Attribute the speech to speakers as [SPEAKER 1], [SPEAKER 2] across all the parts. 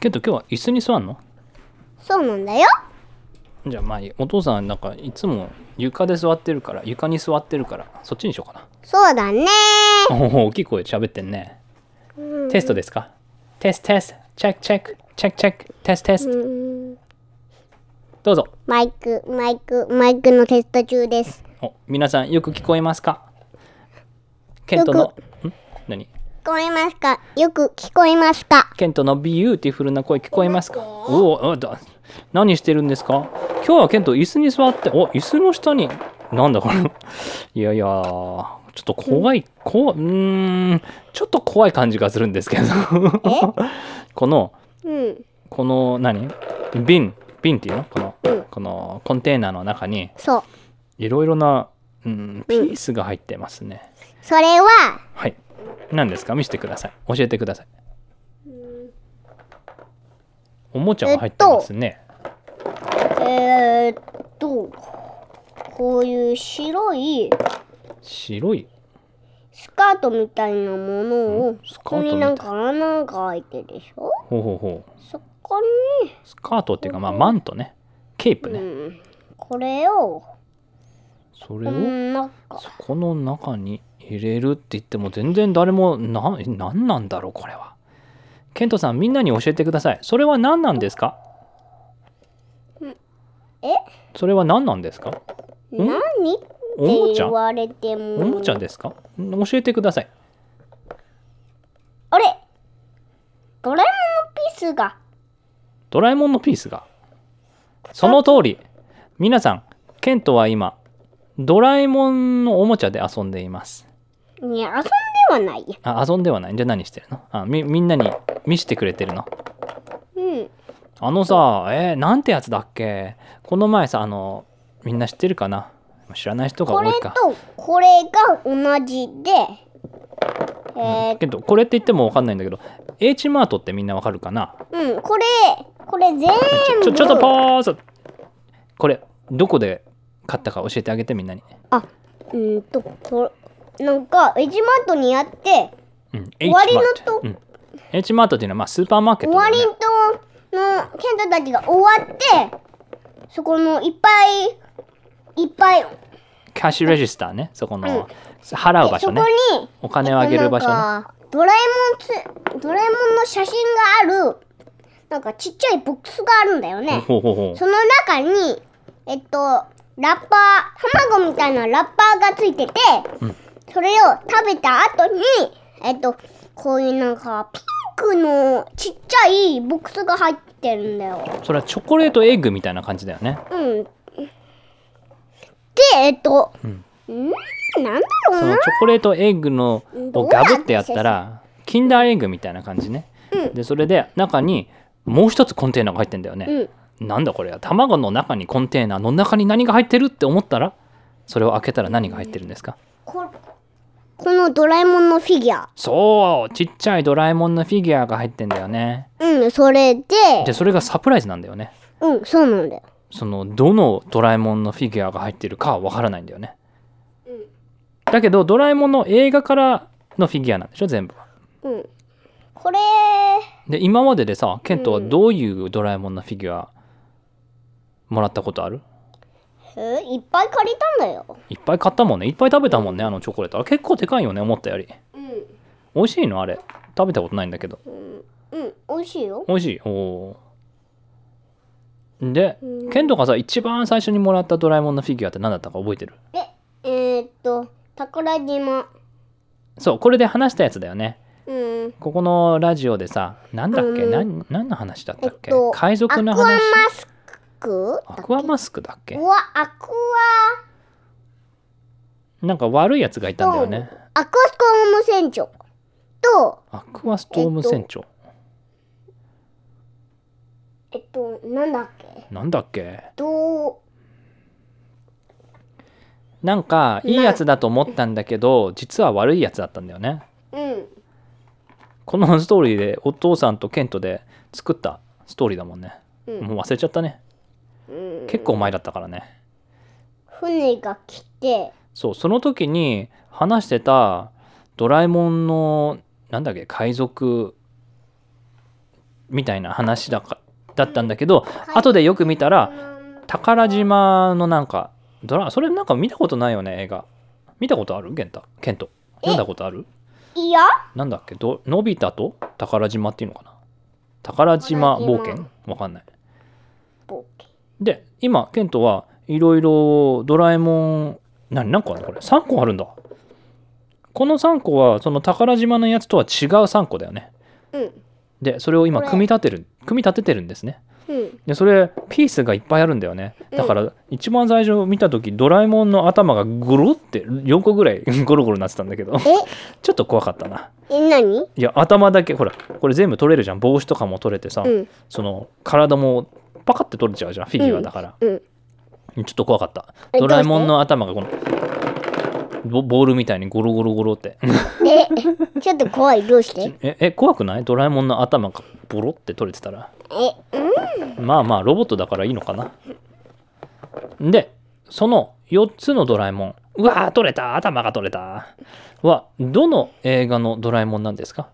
[SPEAKER 1] けど今日は椅子に座んの
[SPEAKER 2] そうなんだよ
[SPEAKER 1] じゃあまあいいお父さんなんかいつも床で座ってるから床に座ってるからそっちにしようか
[SPEAKER 2] そうだね
[SPEAKER 1] なおお大きい声で喋ってんね
[SPEAKER 2] うん
[SPEAKER 1] テストですかテストテストチェックチェックチェックチェックテストテスト
[SPEAKER 2] うん
[SPEAKER 1] どうぞ
[SPEAKER 2] マイクマイクマイクのテスト中です
[SPEAKER 1] お皆さんよく聞こえますかケントのん何
[SPEAKER 2] 聞こえますかよく聞こえますか
[SPEAKER 1] ケントのビューティフルな声聞こえますかおおだ何してるんですか今日はケント椅子に座ってお椅子の下になんだこれ いやいやちょっと怖いこううーんちょっと怖い感じがするんですけど この
[SPEAKER 2] うん
[SPEAKER 1] この何瓶瓶っていうのこのこのコンテーナーの中に
[SPEAKER 2] そう
[SPEAKER 1] いろいろな、うん、ピースが入ってますね、
[SPEAKER 2] それは
[SPEAKER 1] はい何ですか見せてください教えてくださいおもちゃが入ってますね、
[SPEAKER 2] えー、っとこういう白い
[SPEAKER 1] 白い
[SPEAKER 2] スカートみたいなものを
[SPEAKER 1] スカ
[SPEAKER 2] ここ
[SPEAKER 1] ート
[SPEAKER 2] に
[SPEAKER 1] み
[SPEAKER 2] な
[SPEAKER 1] たい
[SPEAKER 2] んか穴が開いてるでしょ
[SPEAKER 1] ほうほうほう
[SPEAKER 2] そこに、
[SPEAKER 1] スカートっていうかまあマントねケープね、
[SPEAKER 2] うん、これを
[SPEAKER 1] それを
[SPEAKER 2] こんな
[SPEAKER 1] そこの中に入れるって言っても全然誰もなえ何なんだろうこれはケントさんみんなに教えてくださいそれは何なんですか
[SPEAKER 2] え
[SPEAKER 1] それは何なんですかん
[SPEAKER 2] 何って
[SPEAKER 1] おもちゃ
[SPEAKER 2] 言われても
[SPEAKER 1] おもちゃですかん教えてください
[SPEAKER 2] あれドラえもんのピースが
[SPEAKER 1] ドラえもんのピースがその通り皆さんケントは今ドラえもんのおもちゃで遊んでいます
[SPEAKER 2] ね遊んではないや
[SPEAKER 1] あ遊んではないじゃあ何してるのあみみんなに見せてくれてるの
[SPEAKER 2] うん
[SPEAKER 1] あのさえーなんてやつだっけこの前さあのみんな知ってるかな知らない人が
[SPEAKER 2] こ
[SPEAKER 1] 多
[SPEAKER 2] れ
[SPEAKER 1] いか
[SPEAKER 2] とこれが同じでえー
[SPEAKER 1] けどこれって言っても分かんないんだけど H マートってみんなわかるかな
[SPEAKER 2] うん、これこれ全部
[SPEAKER 1] ちょちょっとポーズこれどこで買ったか教えてあげてみんなに、
[SPEAKER 2] あうんとこれなんかエジマートにあって
[SPEAKER 1] うん、
[SPEAKER 2] 終わり
[SPEAKER 1] H
[SPEAKER 2] の
[SPEAKER 1] マート、うん、H マートっていうのはまあスーパーマーケッ
[SPEAKER 2] 終
[SPEAKER 1] トだ
[SPEAKER 2] わ
[SPEAKER 1] よ
[SPEAKER 2] り
[SPEAKER 1] ね
[SPEAKER 2] んとのケントたちが終わってそこのいっぱいいっぱいで
[SPEAKER 1] キャッシュレジスターねそこの払う場
[SPEAKER 2] そ
[SPEAKER 1] 所
[SPEAKER 2] こ
[SPEAKER 1] ね
[SPEAKER 2] に
[SPEAKER 1] お金をあげる場所ね
[SPEAKER 2] なんかドラえもんつドラえもんの写真があるなんかちっちゃいボックスがあるんだよね、
[SPEAKER 1] ほうほうほう
[SPEAKER 2] その中にえっとラッパー卵みたいなラッパーがついてて、
[SPEAKER 1] うん
[SPEAKER 2] それを食べた後にえっとこういうなんかピンクのちっちゃいボックスが入ってるんだよ。
[SPEAKER 1] それはチョコレートエッグみたいな感じだよね
[SPEAKER 2] うん。でえっと、
[SPEAKER 1] うん
[SPEAKER 2] んなんだろ
[SPEAKER 1] そうの
[SPEAKER 2] な
[SPEAKER 1] チョコレートエッグの
[SPEAKER 2] ど
[SPEAKER 1] を
[SPEAKER 2] う
[SPEAKER 1] ガ
[SPEAKER 2] やって
[SPEAKER 1] ブってやったらキンダーエッグみたいな感じね、
[SPEAKER 2] うん
[SPEAKER 1] でそれで中にもう一つコンテーナーが入ってんだよね、なんだこれは卵の中にコンテーナーの中に何が入ってるって思ったらそれを開けたら何が入ってるんですか、
[SPEAKER 2] ここのドラえもんのフィギュア。
[SPEAKER 1] そうちっちゃいドラえもんのフィギュアが入ってんだよね
[SPEAKER 2] うんそれで
[SPEAKER 1] でそれがサプライズなんだよね
[SPEAKER 2] うんそうなんだよ。
[SPEAKER 1] そのどのドラえもんのフィギュアが入ってるかはわからないんだよね、
[SPEAKER 2] うん
[SPEAKER 1] だけどドラえもんの映画からのフィギュアなんでしょ全部は
[SPEAKER 2] うん。これ
[SPEAKER 1] で今まででさケントはどういうドラえもんのフィギュアもらったことある
[SPEAKER 2] えいっぱい借りたんだよ。
[SPEAKER 1] いっぱい買ったもんねいっぱい食べたもんねあのチョコレートあれ結構でかいよね思ったより
[SPEAKER 2] うん。
[SPEAKER 1] 美味しいのあれ食べたことないんだけど
[SPEAKER 2] うん、美味しいよ。
[SPEAKER 1] 美味しいおおーで
[SPEAKER 2] うん
[SPEAKER 1] ケントがさ一番最初にもらったドラえもんのフィギュアって何だったか覚えてる
[SPEAKER 2] え、えー、っと、宝島。
[SPEAKER 1] そうこれで話したやつだよね
[SPEAKER 2] うん。
[SPEAKER 1] ここのラジオでさなんだっけ、
[SPEAKER 2] うん
[SPEAKER 1] なん何の話だったっけ、
[SPEAKER 2] えっと
[SPEAKER 1] 海
[SPEAKER 2] アク
[SPEAKER 1] 賊
[SPEAKER 2] ア
[SPEAKER 1] の
[SPEAKER 2] マ
[SPEAKER 1] 話
[SPEAKER 2] スク
[SPEAKER 1] アクアマスクだっけ
[SPEAKER 2] うわ、アク
[SPEAKER 1] なんか悪いやつがいたんだよね
[SPEAKER 2] ア、アクアスコーム船長と、
[SPEAKER 1] アクアストーム船長、
[SPEAKER 2] えっと、なんだっけ
[SPEAKER 1] なんだっけ
[SPEAKER 2] ど
[SPEAKER 1] なんかいいやつだと思ったんだけど実は悪いやつだったんだよね
[SPEAKER 2] う、うん。
[SPEAKER 1] このストーリーでお父さんとケントで作ったストーリーだもんね
[SPEAKER 2] うん
[SPEAKER 1] もう忘れちゃったね
[SPEAKER 2] うん、
[SPEAKER 1] 結構前だったからね
[SPEAKER 2] 船が来て、
[SPEAKER 1] そうその時に話してたドラえもんのなんだっけ海賊みたいな話だかだったんだけど、後でよく見たら宝島のなんかドラそれなんか見たことないよね映画見たことあるケンタケント読んだことある
[SPEAKER 2] いや
[SPEAKER 1] なんだっけどのび太と宝島っていうのかな宝島冒険
[SPEAKER 2] 宝
[SPEAKER 1] わかんない
[SPEAKER 2] 冒険
[SPEAKER 1] で今ケントはいろいろドラえもん何何個あるのこれ3個あるんだこの3個はその宝島のやつとは違う3個だよね
[SPEAKER 2] うん
[SPEAKER 1] でそれを今
[SPEAKER 2] これ
[SPEAKER 1] 組み立てる組み立ててるんですね
[SPEAKER 2] うん
[SPEAKER 1] でそれピースがいっぱいあるんだよね
[SPEAKER 2] うん
[SPEAKER 1] だから一番最初見た時ドラえもんの頭がゴロって4個ぐらい ゴロゴロなってたんだけど
[SPEAKER 2] え
[SPEAKER 1] ちょっと怖かったな
[SPEAKER 2] え何
[SPEAKER 1] いや頭だけほらこれ全部取れるじゃん帽子とかも取れてさ、
[SPEAKER 2] うん
[SPEAKER 1] その体もパカって取れちゃうじゃんフィギュアだから、
[SPEAKER 2] うん
[SPEAKER 1] ちょっと怖かった
[SPEAKER 2] え
[SPEAKER 1] ドラえもんの頭がこのボボールみたいにゴロゴロゴロって
[SPEAKER 2] えちょっと怖いどうして
[SPEAKER 1] ええ怖くないドラえもんの頭がボロって取れてたら
[SPEAKER 2] えうん
[SPEAKER 1] まあまあロボットだからいいのかなでその4つのドラえもんうわー取れた頭が取れたはどの映画のドラえもんなんですか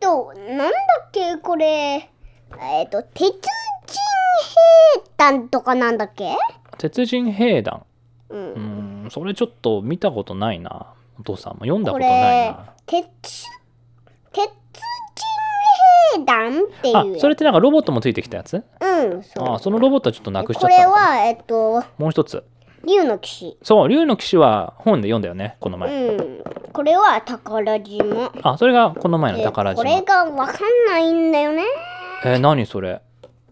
[SPEAKER 2] となんだっけこれえっ、と鉄人兵団とかなんだっけ
[SPEAKER 1] 鉄人兵団
[SPEAKER 2] う
[SPEAKER 1] うんーんそれちょっと見たことないなお父さんも読んだこ
[SPEAKER 2] こと
[SPEAKER 1] ない
[SPEAKER 2] れ
[SPEAKER 1] な
[SPEAKER 2] 鉄鉄人兵団って
[SPEAKER 1] あ
[SPEAKER 2] いう
[SPEAKER 1] それってなんかロボットもついてきたやつ
[SPEAKER 2] うん
[SPEAKER 1] あ
[SPEAKER 2] そう
[SPEAKER 1] そのロボットはちょっとなくしちゃ
[SPEAKER 2] こ
[SPEAKER 1] った
[SPEAKER 2] れ
[SPEAKER 1] のかな
[SPEAKER 2] はえっ、と
[SPEAKER 1] もう一つ
[SPEAKER 2] 竜の騎士
[SPEAKER 1] そう竜の騎士は本で読んだよねこの
[SPEAKER 2] う
[SPEAKER 1] 前、
[SPEAKER 2] んこれは宝島
[SPEAKER 1] あそれがこの前の
[SPEAKER 2] で
[SPEAKER 1] 宝
[SPEAKER 2] こ
[SPEAKER 1] 島
[SPEAKER 2] れがわかんないんだよね
[SPEAKER 1] えー何それ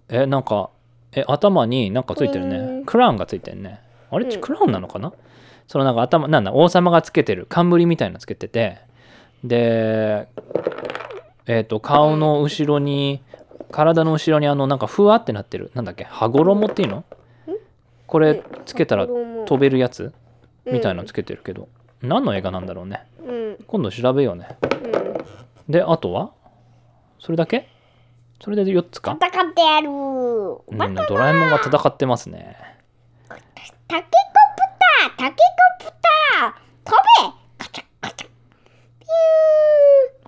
[SPEAKER 1] えなんかえ頭になんかついてる
[SPEAKER 2] う
[SPEAKER 1] ね
[SPEAKER 2] ん
[SPEAKER 1] クラウンがついてるねあれ、
[SPEAKER 2] うん
[SPEAKER 1] クラウンなのかなそのなんか頭なんだ王様がつけてる冠みたいなのつけててでえっ、と顔の後ろに体の後ろにあのなんかふわってなってるなんだっけ羽衣っていうのこれつけたら飛べるやつみたいなのつけてるけど、何の映画なんだろうね
[SPEAKER 2] うんうん
[SPEAKER 1] 今度調べようねであとはそれだけそれで4つか
[SPEAKER 2] 戦ってやる
[SPEAKER 1] うん、
[SPEAKER 2] バカ
[SPEAKER 1] ドラえもんが戦ってますね。
[SPEAKER 2] タケコプタータケコプター飛べカチャカチャピ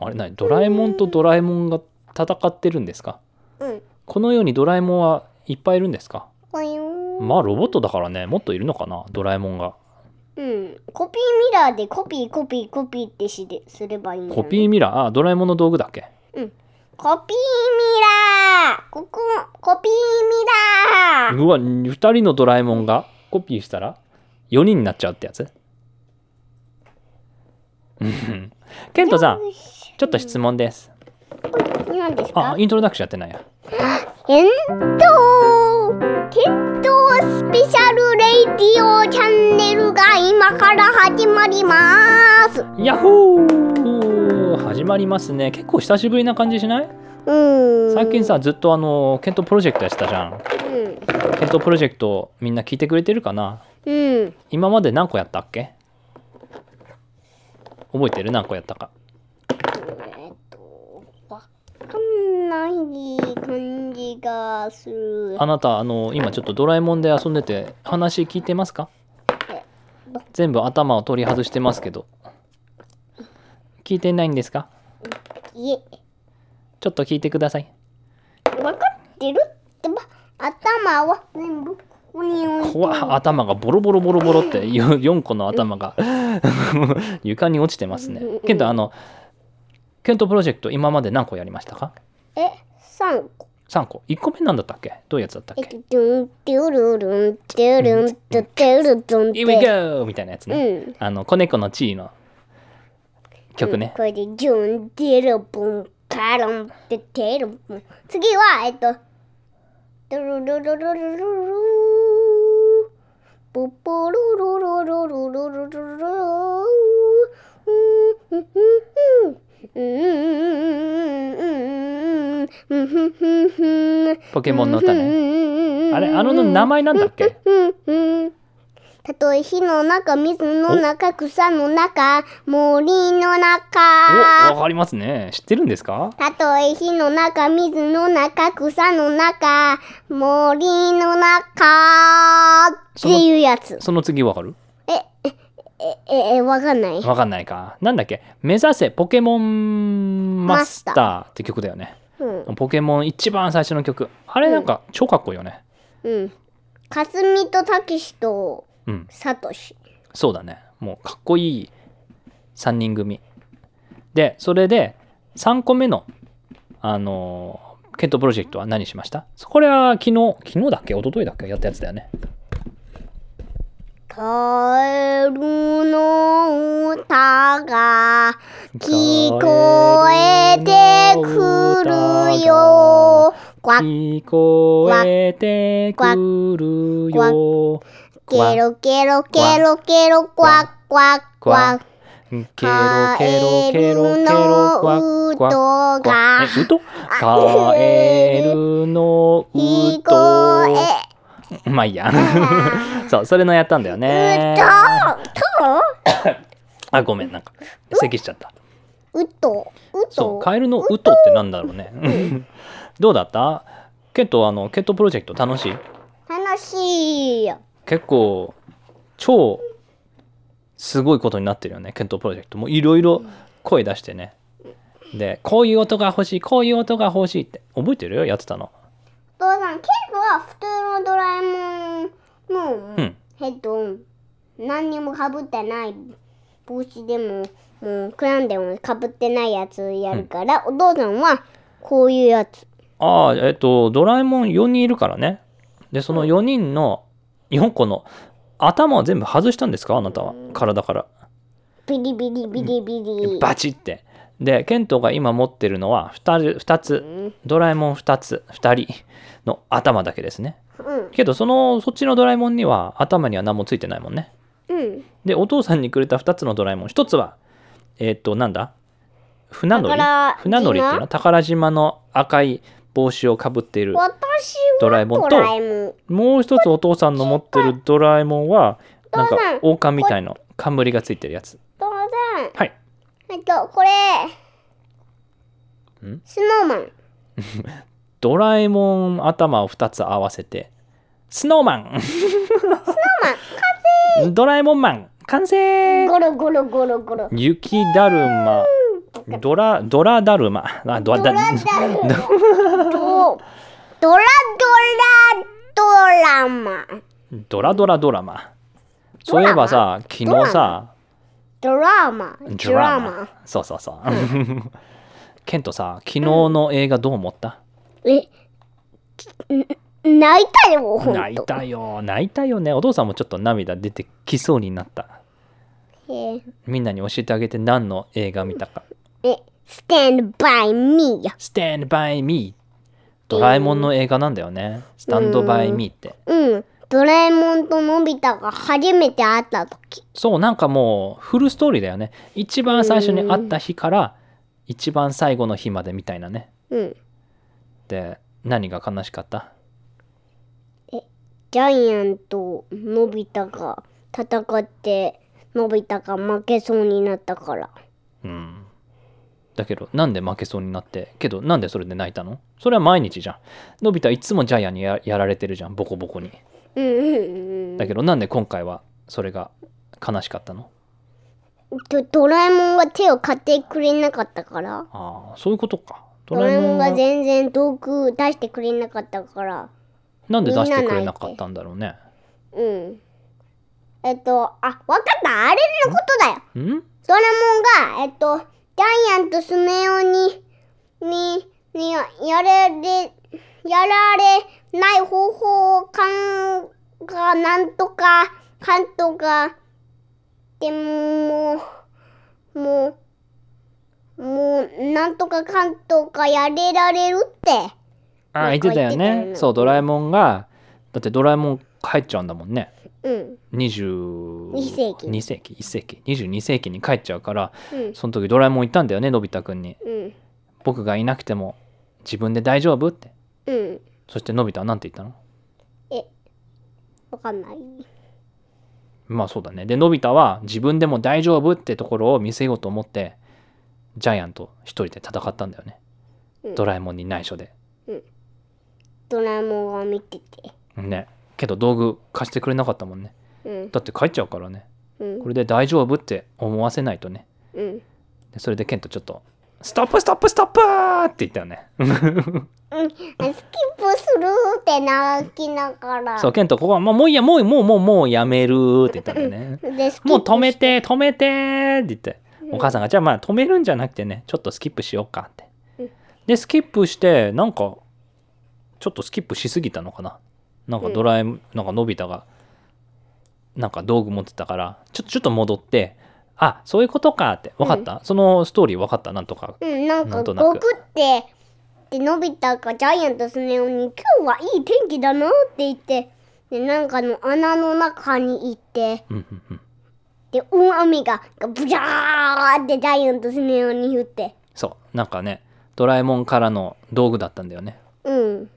[SPEAKER 1] あれ何ドラえもんとドラえもんが戦ってるんですか
[SPEAKER 2] ューンうん
[SPEAKER 1] この世にドラえもんはいっぱいいるんですか
[SPEAKER 2] これを
[SPEAKER 1] まあロボットだからねもっといるのかなドラえもんが。
[SPEAKER 2] うんコピーミラーでコピーコピーコピーってしですればいいんだよね
[SPEAKER 1] コピーミラーあドラえもんの道具だっけ
[SPEAKER 2] うんコピーミラーここコピーミラー
[SPEAKER 1] うわ2人のドラえもんがコピーしたら4人になっちゃうってやつうんケントさん
[SPEAKER 2] よし
[SPEAKER 1] ちょっと質問です。
[SPEAKER 2] 何です
[SPEAKER 1] あ
[SPEAKER 2] か
[SPEAKER 1] イントロダクションやってないや。
[SPEAKER 2] 検討検討スペシャルレイディオチャンネルが今から始まります
[SPEAKER 1] ヤッホー始まりますね。結構久しぶりな感じしない
[SPEAKER 2] うん
[SPEAKER 1] 最近さずっとあのケントプロジェクトやってたじゃん
[SPEAKER 2] うん
[SPEAKER 1] ケントプロジェクトみんな聞いてくれてるかな
[SPEAKER 2] うん
[SPEAKER 1] 今まで何個やったっけ覚えてる何個やったか
[SPEAKER 2] えっとわかんない感じがする
[SPEAKER 1] あなたあの今ちょっとドラえもんで遊んでて話聞いてますか全部頭を取り外してますけど聞いてないんですか
[SPEAKER 2] いえ
[SPEAKER 1] ちょっと聞いてください
[SPEAKER 2] わかってるってば頭は全部ここに置いて
[SPEAKER 1] 怖っ頭がボロボロボロボロ って4個の頭が 床に落ちてますねケントあのケントプロジェクト今まで何個やりましたか
[SPEAKER 2] え三個
[SPEAKER 1] 3個1個目なんだったっけどういうやつだったっ
[SPEAKER 2] えっ
[SPEAKER 1] け
[SPEAKER 2] とドゥンテュルルンテュルンテュルドン
[SPEAKER 1] ?Here we go! みたいなやつ
[SPEAKER 2] う
[SPEAKER 1] ね、
[SPEAKER 2] ん
[SPEAKER 1] あの子猫の地位の曲
[SPEAKER 2] うん
[SPEAKER 1] ね、
[SPEAKER 2] これでジュンディルボンカロンってテルボン次はえっとドロロロロロロロポポロロロロロロロロロうんうんうんうんうんうんうんうんうんうん
[SPEAKER 1] ポケモンの歌ね、
[SPEAKER 2] ね
[SPEAKER 1] あれあの名前なんだっけ
[SPEAKER 2] うんうん。たとえ火の中、水の中、草の中、森の
[SPEAKER 1] お
[SPEAKER 2] 中。
[SPEAKER 1] わかりますね知ってるんですか
[SPEAKER 2] たとえ火の中、水の中、草の中、森の中っていうやつ。
[SPEAKER 1] その次わかる
[SPEAKER 2] え、え、え、ええ、わかんない。
[SPEAKER 1] わかんないかなんだっけ目指せポケモンマスターって曲だよね
[SPEAKER 2] うん
[SPEAKER 1] ポケモン一番最初の曲あれなんか超かっこいいよね
[SPEAKER 2] うんかすみとたけしと
[SPEAKER 1] うん
[SPEAKER 2] さとし
[SPEAKER 1] そうだねもうかっこいい3人組でそれで3個目のあのーケントプロジェクトは何しましたこれは昨日昨日だっけ一昨日だっけやったやつだよね
[SPEAKER 2] カエルの歌が聞こえてくるよわっ
[SPEAKER 1] 聞こえてくるよ
[SPEAKER 2] ケロケロケロケロクワックワックワッ
[SPEAKER 1] ケロケロケロケロ
[SPEAKER 2] カエルの
[SPEAKER 1] クワックワッ
[SPEAKER 2] 歌が
[SPEAKER 1] え、うとカエルの
[SPEAKER 2] 聞
[SPEAKER 1] う
[SPEAKER 2] こ
[SPEAKER 1] と
[SPEAKER 2] え
[SPEAKER 1] まあいいやそうそれのやったんだよね
[SPEAKER 2] う
[SPEAKER 1] あごめんなんか咳しちゃった
[SPEAKER 2] とうとう
[SPEAKER 1] そう
[SPEAKER 2] と
[SPEAKER 1] カエルのうとってなんだろうねどうだったケントあのケントプロジェクト楽しい
[SPEAKER 2] 楽しいよ
[SPEAKER 1] 結構超すごいことになってるよねケントプロジェクトもいろいろ声出してねでこういう音が欲しいこういう音が欲しいって覚えてるよやってたの
[SPEAKER 2] お父さんケイクは普通のドラえもんの
[SPEAKER 1] うん
[SPEAKER 2] ヘッドン何にもかぶってない帽子でももうクラウンでもかぶってないやつやるから、お父さんはこういうやつ
[SPEAKER 1] ああえっとドラえもん4人いるからねでその4人の4個の頭を全部外したんですかあなたは体から
[SPEAKER 2] ビリビリビリビリ、
[SPEAKER 1] バチってでケントが今持ってるのは 2, 2つドラえもん2つ2人の頭だけですね
[SPEAKER 2] うん
[SPEAKER 1] けどそのそっちのドラえもんには頭には何もついてないもんね
[SPEAKER 2] うん
[SPEAKER 1] でお父さんにくれた2つのドラえもん1つはえっ、となんだ船乗り
[SPEAKER 2] 宝島
[SPEAKER 1] 船乗りっていうの宝島の赤い帽子をかぶっている
[SPEAKER 2] 私は
[SPEAKER 1] ド
[SPEAKER 2] ド
[SPEAKER 1] ラ
[SPEAKER 2] ラ
[SPEAKER 1] え
[SPEAKER 2] え
[SPEAKER 1] もんと
[SPEAKER 2] もん
[SPEAKER 1] もう一つお父さんの持ってるドラえもんはなんか
[SPEAKER 2] お父さん
[SPEAKER 1] 王冠みたいな冠がついてるやつ
[SPEAKER 2] お父さん
[SPEAKER 1] はい
[SPEAKER 2] えっとこれ
[SPEAKER 1] ん
[SPEAKER 2] スノーマン
[SPEAKER 1] ドラえもん頭を2つ合わせてスノーマンスノーマン完成ドラえもんマン完成
[SPEAKER 2] ゴロゴロゴロゴロ
[SPEAKER 1] 雪だるまドラドラだるまあドラ
[SPEAKER 2] ド
[SPEAKER 1] だ
[SPEAKER 2] ラだドラドラドラマ
[SPEAKER 1] ドラドラドラマそういえばさ昨日さ
[SPEAKER 2] ドラマ
[SPEAKER 1] ドラマそうそうそう ケントさ昨日の映画どう思った、
[SPEAKER 2] えん泣いたよほんと
[SPEAKER 1] 泣いたよ泣いたよねお父さんもちょっと涙出てきそうになった
[SPEAKER 2] えー
[SPEAKER 1] みんなに教えてあげて何の映画見たか
[SPEAKER 2] え Stand by me よ
[SPEAKER 1] Stand by me ドラえもんの映画なんだよね Stand by me って
[SPEAKER 2] うんドラえもんとのび太が初めて会った時
[SPEAKER 1] そうなんかもうフルストーリーだよね一番最初に会った日から一番最後の日までみたいなね
[SPEAKER 2] うん
[SPEAKER 1] で何が悲しかった
[SPEAKER 2] ジャイアンとのび太が戦ってのび太が負けそうになったから
[SPEAKER 1] うんだけどなんで負けそうになってけどなんでそれで泣いたのそれは毎日じゃんのび太いつもジャイアンにややられてるじゃんボコボコに
[SPEAKER 2] うんうんうん
[SPEAKER 1] だけどなんで今回はそれが悲しかったの
[SPEAKER 2] ドドラえもんが手を買ってくれなかったから
[SPEAKER 1] ああそういうことかド
[SPEAKER 2] ドラ
[SPEAKER 1] ラえ
[SPEAKER 2] え
[SPEAKER 1] も
[SPEAKER 2] も
[SPEAKER 1] ん
[SPEAKER 2] ん
[SPEAKER 1] が
[SPEAKER 2] が全然道具出してくれなかったから
[SPEAKER 1] なんで出してくれなかったんだろうね
[SPEAKER 2] うんえっとあわかったあれのことだよ
[SPEAKER 1] ん
[SPEAKER 2] ドラえもんがえっとジャイアンとスネ夫にににややられやられない方法をかんがなんとかかんとかでももうもうなんとかかんとかやれられるって
[SPEAKER 1] ああ言ってたよ
[SPEAKER 2] なんか言ってた
[SPEAKER 1] ね
[SPEAKER 2] よね
[SPEAKER 1] そうドラえもんがだってドラえもん帰っちゃうんだもんね
[SPEAKER 2] うん
[SPEAKER 1] 20
[SPEAKER 2] 2世紀
[SPEAKER 1] 2世紀1世紀22世紀に帰っちゃうから
[SPEAKER 2] うん
[SPEAKER 1] その時ドラえもん言ったんだよねのび太くんに
[SPEAKER 2] うん
[SPEAKER 1] 僕がいなくても自分で大丈夫って
[SPEAKER 2] うん
[SPEAKER 1] そしてのび太はなんて言ったの
[SPEAKER 2] えわかんない
[SPEAKER 1] まあそうだねでのび太は自分でも大丈夫ってところを見せようと思ってジャイアンと一人で戦ったんだよね、
[SPEAKER 2] うん
[SPEAKER 1] ドラえもんに内緒で
[SPEAKER 2] ドラえもんが見てて
[SPEAKER 1] ねけど道具貸してくれなかったもんね
[SPEAKER 2] うん
[SPEAKER 1] だって帰っちゃうからね
[SPEAKER 2] うん
[SPEAKER 1] これで大丈夫って思わせないとね
[SPEAKER 2] うん
[SPEAKER 1] でそれでケントちょっとストップストップストップーって言ったよね。
[SPEAKER 2] うん、スキップするって泣きながら。
[SPEAKER 1] そう、ケント、ここはもうもういいや、もうもうもうもうやめるって言ったんだよ ね。
[SPEAKER 2] でスキップ
[SPEAKER 1] もう止めて、止めてって言って、お母さんが、じゃあまあ止めるんじゃなくてね、ちょっとスキップしようかって
[SPEAKER 2] うん。
[SPEAKER 1] で、スキップして、なんか、ちょっとスキップしすぎたのかな。なんかドラえもん、なんかのび太が、なんか道具持ってたから、ちょっとちょっと戻って、あ、そういうことかって、分かった、そのストーリー分かったなんとか。
[SPEAKER 2] うん、なん
[SPEAKER 1] な
[SPEAKER 2] か
[SPEAKER 1] んと
[SPEAKER 2] 悟
[SPEAKER 1] なく
[SPEAKER 2] 空って、で、のび太がジャイアントスネ夫に、今日はいい天気だなって言って、で、なんかの穴の中に行って、
[SPEAKER 1] うんうんうん。
[SPEAKER 2] で、大雨が、ブジャーってジャイアントスネ夫に降って。
[SPEAKER 1] そう、なんかね、ドラえもんからの道具だったんだよね。
[SPEAKER 2] うん。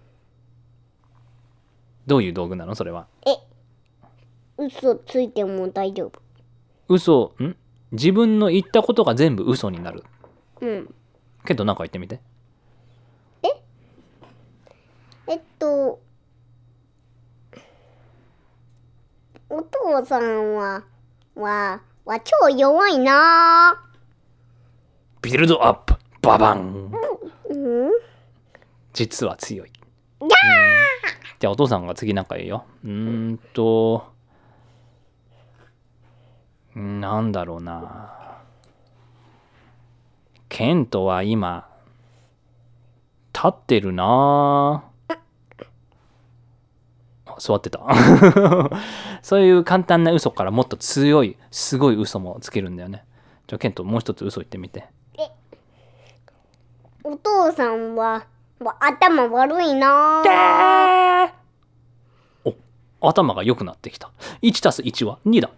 [SPEAKER 1] どういう道具なのそれは。
[SPEAKER 2] え、嘘ついても大丈夫。
[SPEAKER 1] 嘘ん自分の言ったことが全部嘘になる
[SPEAKER 2] うん。
[SPEAKER 1] けどなんか言ってみて
[SPEAKER 2] えっと、お父さんは、は、は超弱いな
[SPEAKER 1] ビルドアップババン
[SPEAKER 2] うん
[SPEAKER 1] 実は強いうんじゃあお父さんが次なんか言うようーんとうんなんだろうなケントは今立ってるなあ座ってた そういう簡単な嘘からもっと強いすごい嘘もつけるんだよねじゃあケントもう一つ嘘言ってみて
[SPEAKER 2] お父さんは、は頭悪いな
[SPEAKER 1] お頭が良くなってきた1たす1は2だ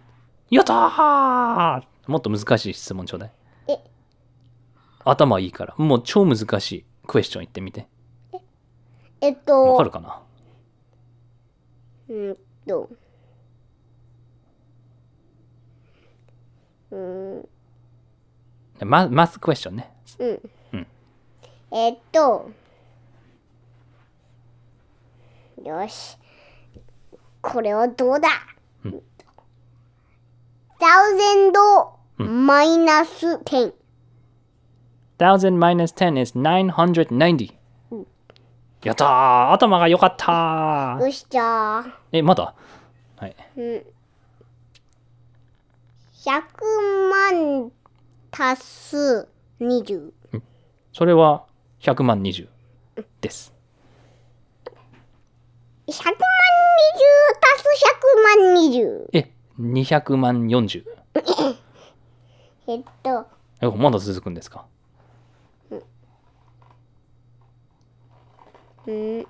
[SPEAKER 1] やったーもっと難しい質問ちょうだい
[SPEAKER 2] え
[SPEAKER 1] 頭いいからもう超難しいクエスチョン言ってみて
[SPEAKER 2] えっ
[SPEAKER 1] わ
[SPEAKER 2] と
[SPEAKER 1] かるかな
[SPEAKER 2] うんとうん
[SPEAKER 1] ママスクエスチョンね
[SPEAKER 2] うん
[SPEAKER 1] うん
[SPEAKER 2] えっとよしこれはどうだ
[SPEAKER 1] うんう
[SPEAKER 2] ?1000 マイナス10
[SPEAKER 1] 1000 minus 10 is 990
[SPEAKER 2] うん
[SPEAKER 1] やったー頭が良かったー
[SPEAKER 2] よしじゃあ
[SPEAKER 1] えまだはい
[SPEAKER 2] うん100万足す20
[SPEAKER 1] それは100万20です
[SPEAKER 2] 100万20足す100万20
[SPEAKER 1] え200万40
[SPEAKER 2] えっと
[SPEAKER 1] えまだ続くんですか
[SPEAKER 2] うん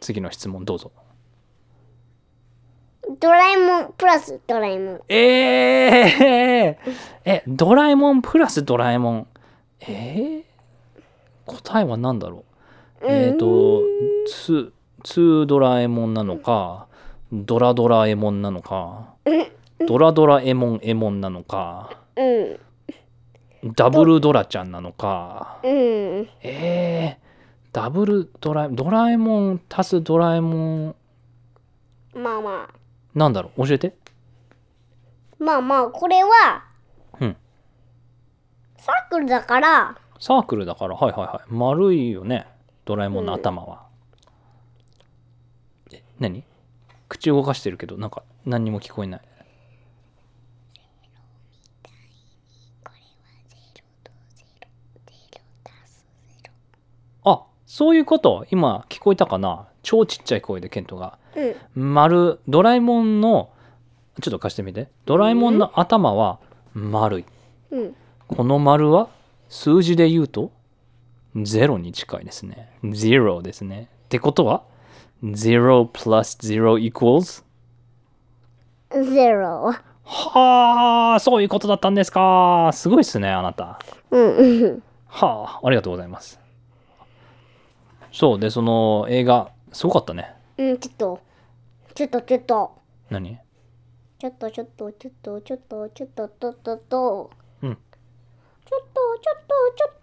[SPEAKER 1] 次の質問どうぞ
[SPEAKER 2] ドラえもんプラスドラえもん
[SPEAKER 1] えー、え、ドラえもんプラスドラえもん。えー、答えは何だろうえっ、ー、と、ツツードラえもんなのか、ドラドラえもんなのか、ドラドラえもんえもんなのか、
[SPEAKER 2] うん
[SPEAKER 1] ダブルドラちゃんなのか。
[SPEAKER 2] うん
[SPEAKER 1] えー、ダブルドラえ、ドラえもん足すドラえもん、
[SPEAKER 2] まあまあ
[SPEAKER 1] なんだろう教えて。
[SPEAKER 2] まあまあこれは
[SPEAKER 1] うん
[SPEAKER 2] サークルだから
[SPEAKER 1] サークルだから、はいはいはい。丸いよね、ドラえもんの頭は。え、何口動かしてるけど、なんか何にも聞こえない。あ、そういうこと今聞こえたかな超ちっちゃい声でケントが。
[SPEAKER 2] うん
[SPEAKER 1] 丸、ドラえもんの、ちょっと貸してみて。ドラえもんの頭は丸い。
[SPEAKER 2] うん
[SPEAKER 1] この丸は数字で言うと0に近いですね。0ですね。ってことは0 plus 0 equals?
[SPEAKER 2] ゼロ
[SPEAKER 1] はあ、そういうことだったんですか。すごいですね、あなた。
[SPEAKER 2] うんうん
[SPEAKER 1] はあ、ありがとうございます。そうで、その映画、すごかったね。
[SPEAKER 2] うんちょっとちょっとちょっと
[SPEAKER 1] 何
[SPEAKER 2] ちょっとちょっとちょっとちょっとちょっとちょっとちょっと
[SPEAKER 1] うん。
[SPEAKER 2] ちょっとちょっとちょっ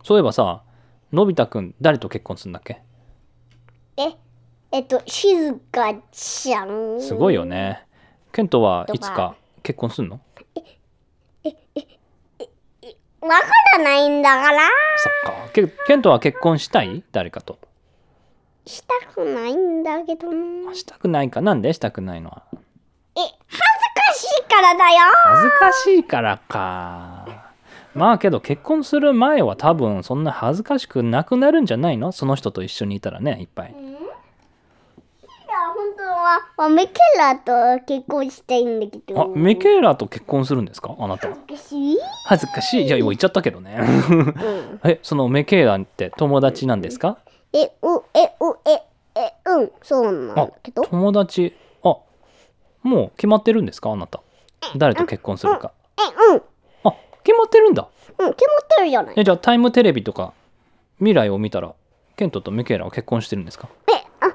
[SPEAKER 2] と
[SPEAKER 1] そういえばさ、のび太くん、誰と結婚するんだっけ
[SPEAKER 2] ええっと静かちゃん
[SPEAKER 1] すごいよね。ケントはいつ
[SPEAKER 2] とか
[SPEAKER 1] か結婚するの
[SPEAKER 2] えわからないんだから。
[SPEAKER 1] そっかけケントは結婚したい誰かと
[SPEAKER 2] したくないんだけどな。
[SPEAKER 1] あしたくないかなんでしたくないのは
[SPEAKER 2] え、恥ずかしいからだよ。
[SPEAKER 1] 恥ずかしいからかまあけど結婚する前は多分そんな恥ずかしくなくなるんじゃないのその人と一緒にいたらねいっぱい
[SPEAKER 2] いや本当はあミケラと結婚したいんだけど。
[SPEAKER 1] あミケーラと結婚するんですかあなた
[SPEAKER 2] 恥ずかしい。
[SPEAKER 1] 恥ずかしいいや今言っちゃったけどね
[SPEAKER 2] うん。
[SPEAKER 1] えそのメケーラって友達なんですか
[SPEAKER 2] え、う、え、う、え、え、うん、そうなん
[SPEAKER 1] あ
[SPEAKER 2] だけど。え、
[SPEAKER 1] 友達あもう決まってるんですかあなた誰と結婚するか
[SPEAKER 2] うん、うん、決
[SPEAKER 1] あ決まってるんだ
[SPEAKER 2] まってるじゃない。
[SPEAKER 1] えじゃあ「タイムテレビ」とか未来を見たらケントとミケーラは結婚してるんですか
[SPEAKER 2] え、あ、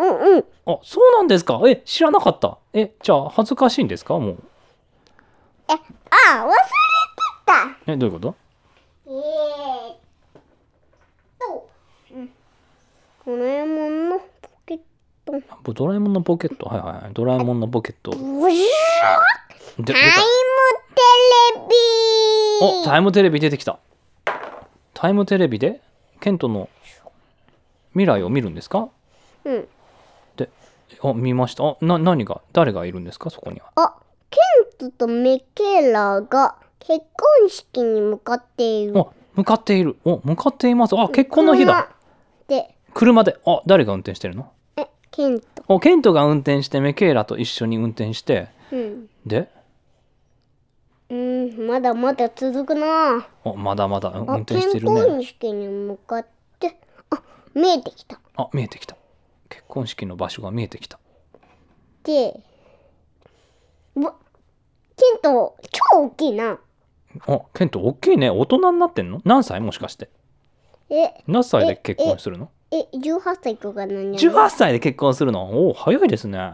[SPEAKER 2] うん、うん、うん。
[SPEAKER 1] あそうなんですかえ知らなかったえじゃあ恥ずかしいんですかもう
[SPEAKER 2] え、あ、忘れてた。
[SPEAKER 1] えどういうこと
[SPEAKER 2] えーっと、うん、ドラえもんのポケット。
[SPEAKER 1] あドラえもんのポケットはいはいはいドラえもんのポケット
[SPEAKER 2] ブシュー
[SPEAKER 1] で出
[SPEAKER 2] タイム
[SPEAKER 1] た
[SPEAKER 2] テレビ
[SPEAKER 1] おタイムテレビ出てきたタイムテレビでケントの未来を見るんですか
[SPEAKER 2] うん。
[SPEAKER 1] であ見ましたあな何が誰がいるんですかそこには
[SPEAKER 2] あ、ケントとメケラが結婚式に向かっている。
[SPEAKER 1] あ向かっているお向かっていますあ結婚の日だ
[SPEAKER 2] 車で、
[SPEAKER 1] 車であ誰が運転してるの
[SPEAKER 2] え、ケント。
[SPEAKER 1] おケントが運転してメケーラと一緒に運転して
[SPEAKER 2] うん。
[SPEAKER 1] で
[SPEAKER 2] うん、まだまだ続くな。
[SPEAKER 1] おまだまだうん
[SPEAKER 2] あ、
[SPEAKER 1] 運転して
[SPEAKER 2] 結
[SPEAKER 1] るね
[SPEAKER 2] 婚式に向かって、あ、見えてきた。
[SPEAKER 1] あ見えてきた結婚式の場所が見えてきた
[SPEAKER 2] で、うわ、ケント、超大きいな。
[SPEAKER 1] あケント大きいね大人になってんの何歳もしかして
[SPEAKER 2] え、
[SPEAKER 1] 何歳で結婚するの
[SPEAKER 2] え、18歳とかなんじゃない
[SPEAKER 1] 18歳で結婚するのおお早いですね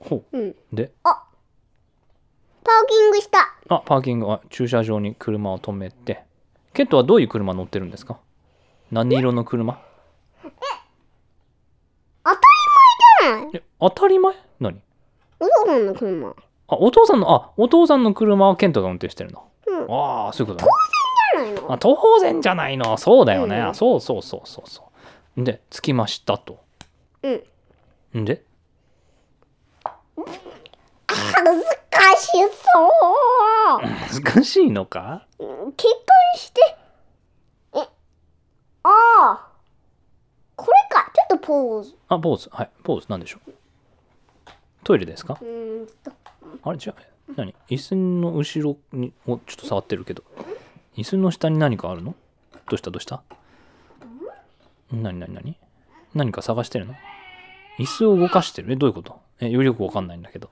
[SPEAKER 1] ほう
[SPEAKER 2] うん。
[SPEAKER 1] で
[SPEAKER 2] パーキングした。
[SPEAKER 1] あパーキングあ駐車場に車を止めてケントはどういう車乗ってるんですか何色の車
[SPEAKER 2] 当たり前じゃない
[SPEAKER 1] え当たり前何
[SPEAKER 2] お父さんの車。
[SPEAKER 1] あお父さんのあお父さんの車はケントが運転してるの、
[SPEAKER 2] うん
[SPEAKER 1] ああそういうことね
[SPEAKER 2] じゃないの
[SPEAKER 1] あ当然じゃないのそうだよね、
[SPEAKER 2] うん
[SPEAKER 1] あそうそうそうそうそうで着きましたと
[SPEAKER 2] うん。
[SPEAKER 1] んで
[SPEAKER 2] 恥ずかしそう。
[SPEAKER 1] 難しいのか
[SPEAKER 2] 結婚してえああこれかちょっとポーズ
[SPEAKER 1] あポーズはいポーズなんでしょうトイレですか
[SPEAKER 2] うーんと
[SPEAKER 1] あれじゃあ何椅子の後ろにおちょっと触ってるけど椅子の下に何かあるのどうしたどうした何何何何か探してるの椅子を動かしてるえどういうことえよりよくわかんないんだけど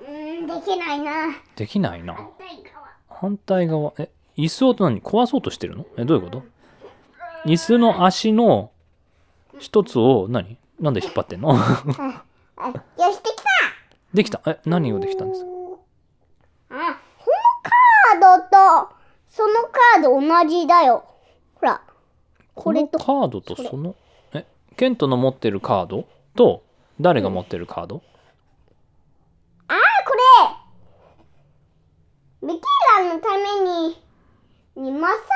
[SPEAKER 2] うーんできないな
[SPEAKER 1] できないな
[SPEAKER 2] 痛いかわ
[SPEAKER 1] 反対側え椅子を何壊そうとしてるのえどういうこと椅子の足の一つを何なんで引っ張ってんの
[SPEAKER 2] あよしできた
[SPEAKER 1] できたえ何をできたんですか
[SPEAKER 2] あこのカードとそのカード同じだよほらこれと
[SPEAKER 1] このカードとそのえケントの持ってるカードと誰が持ってるカード、
[SPEAKER 2] あーこれミケラのためににマッサージ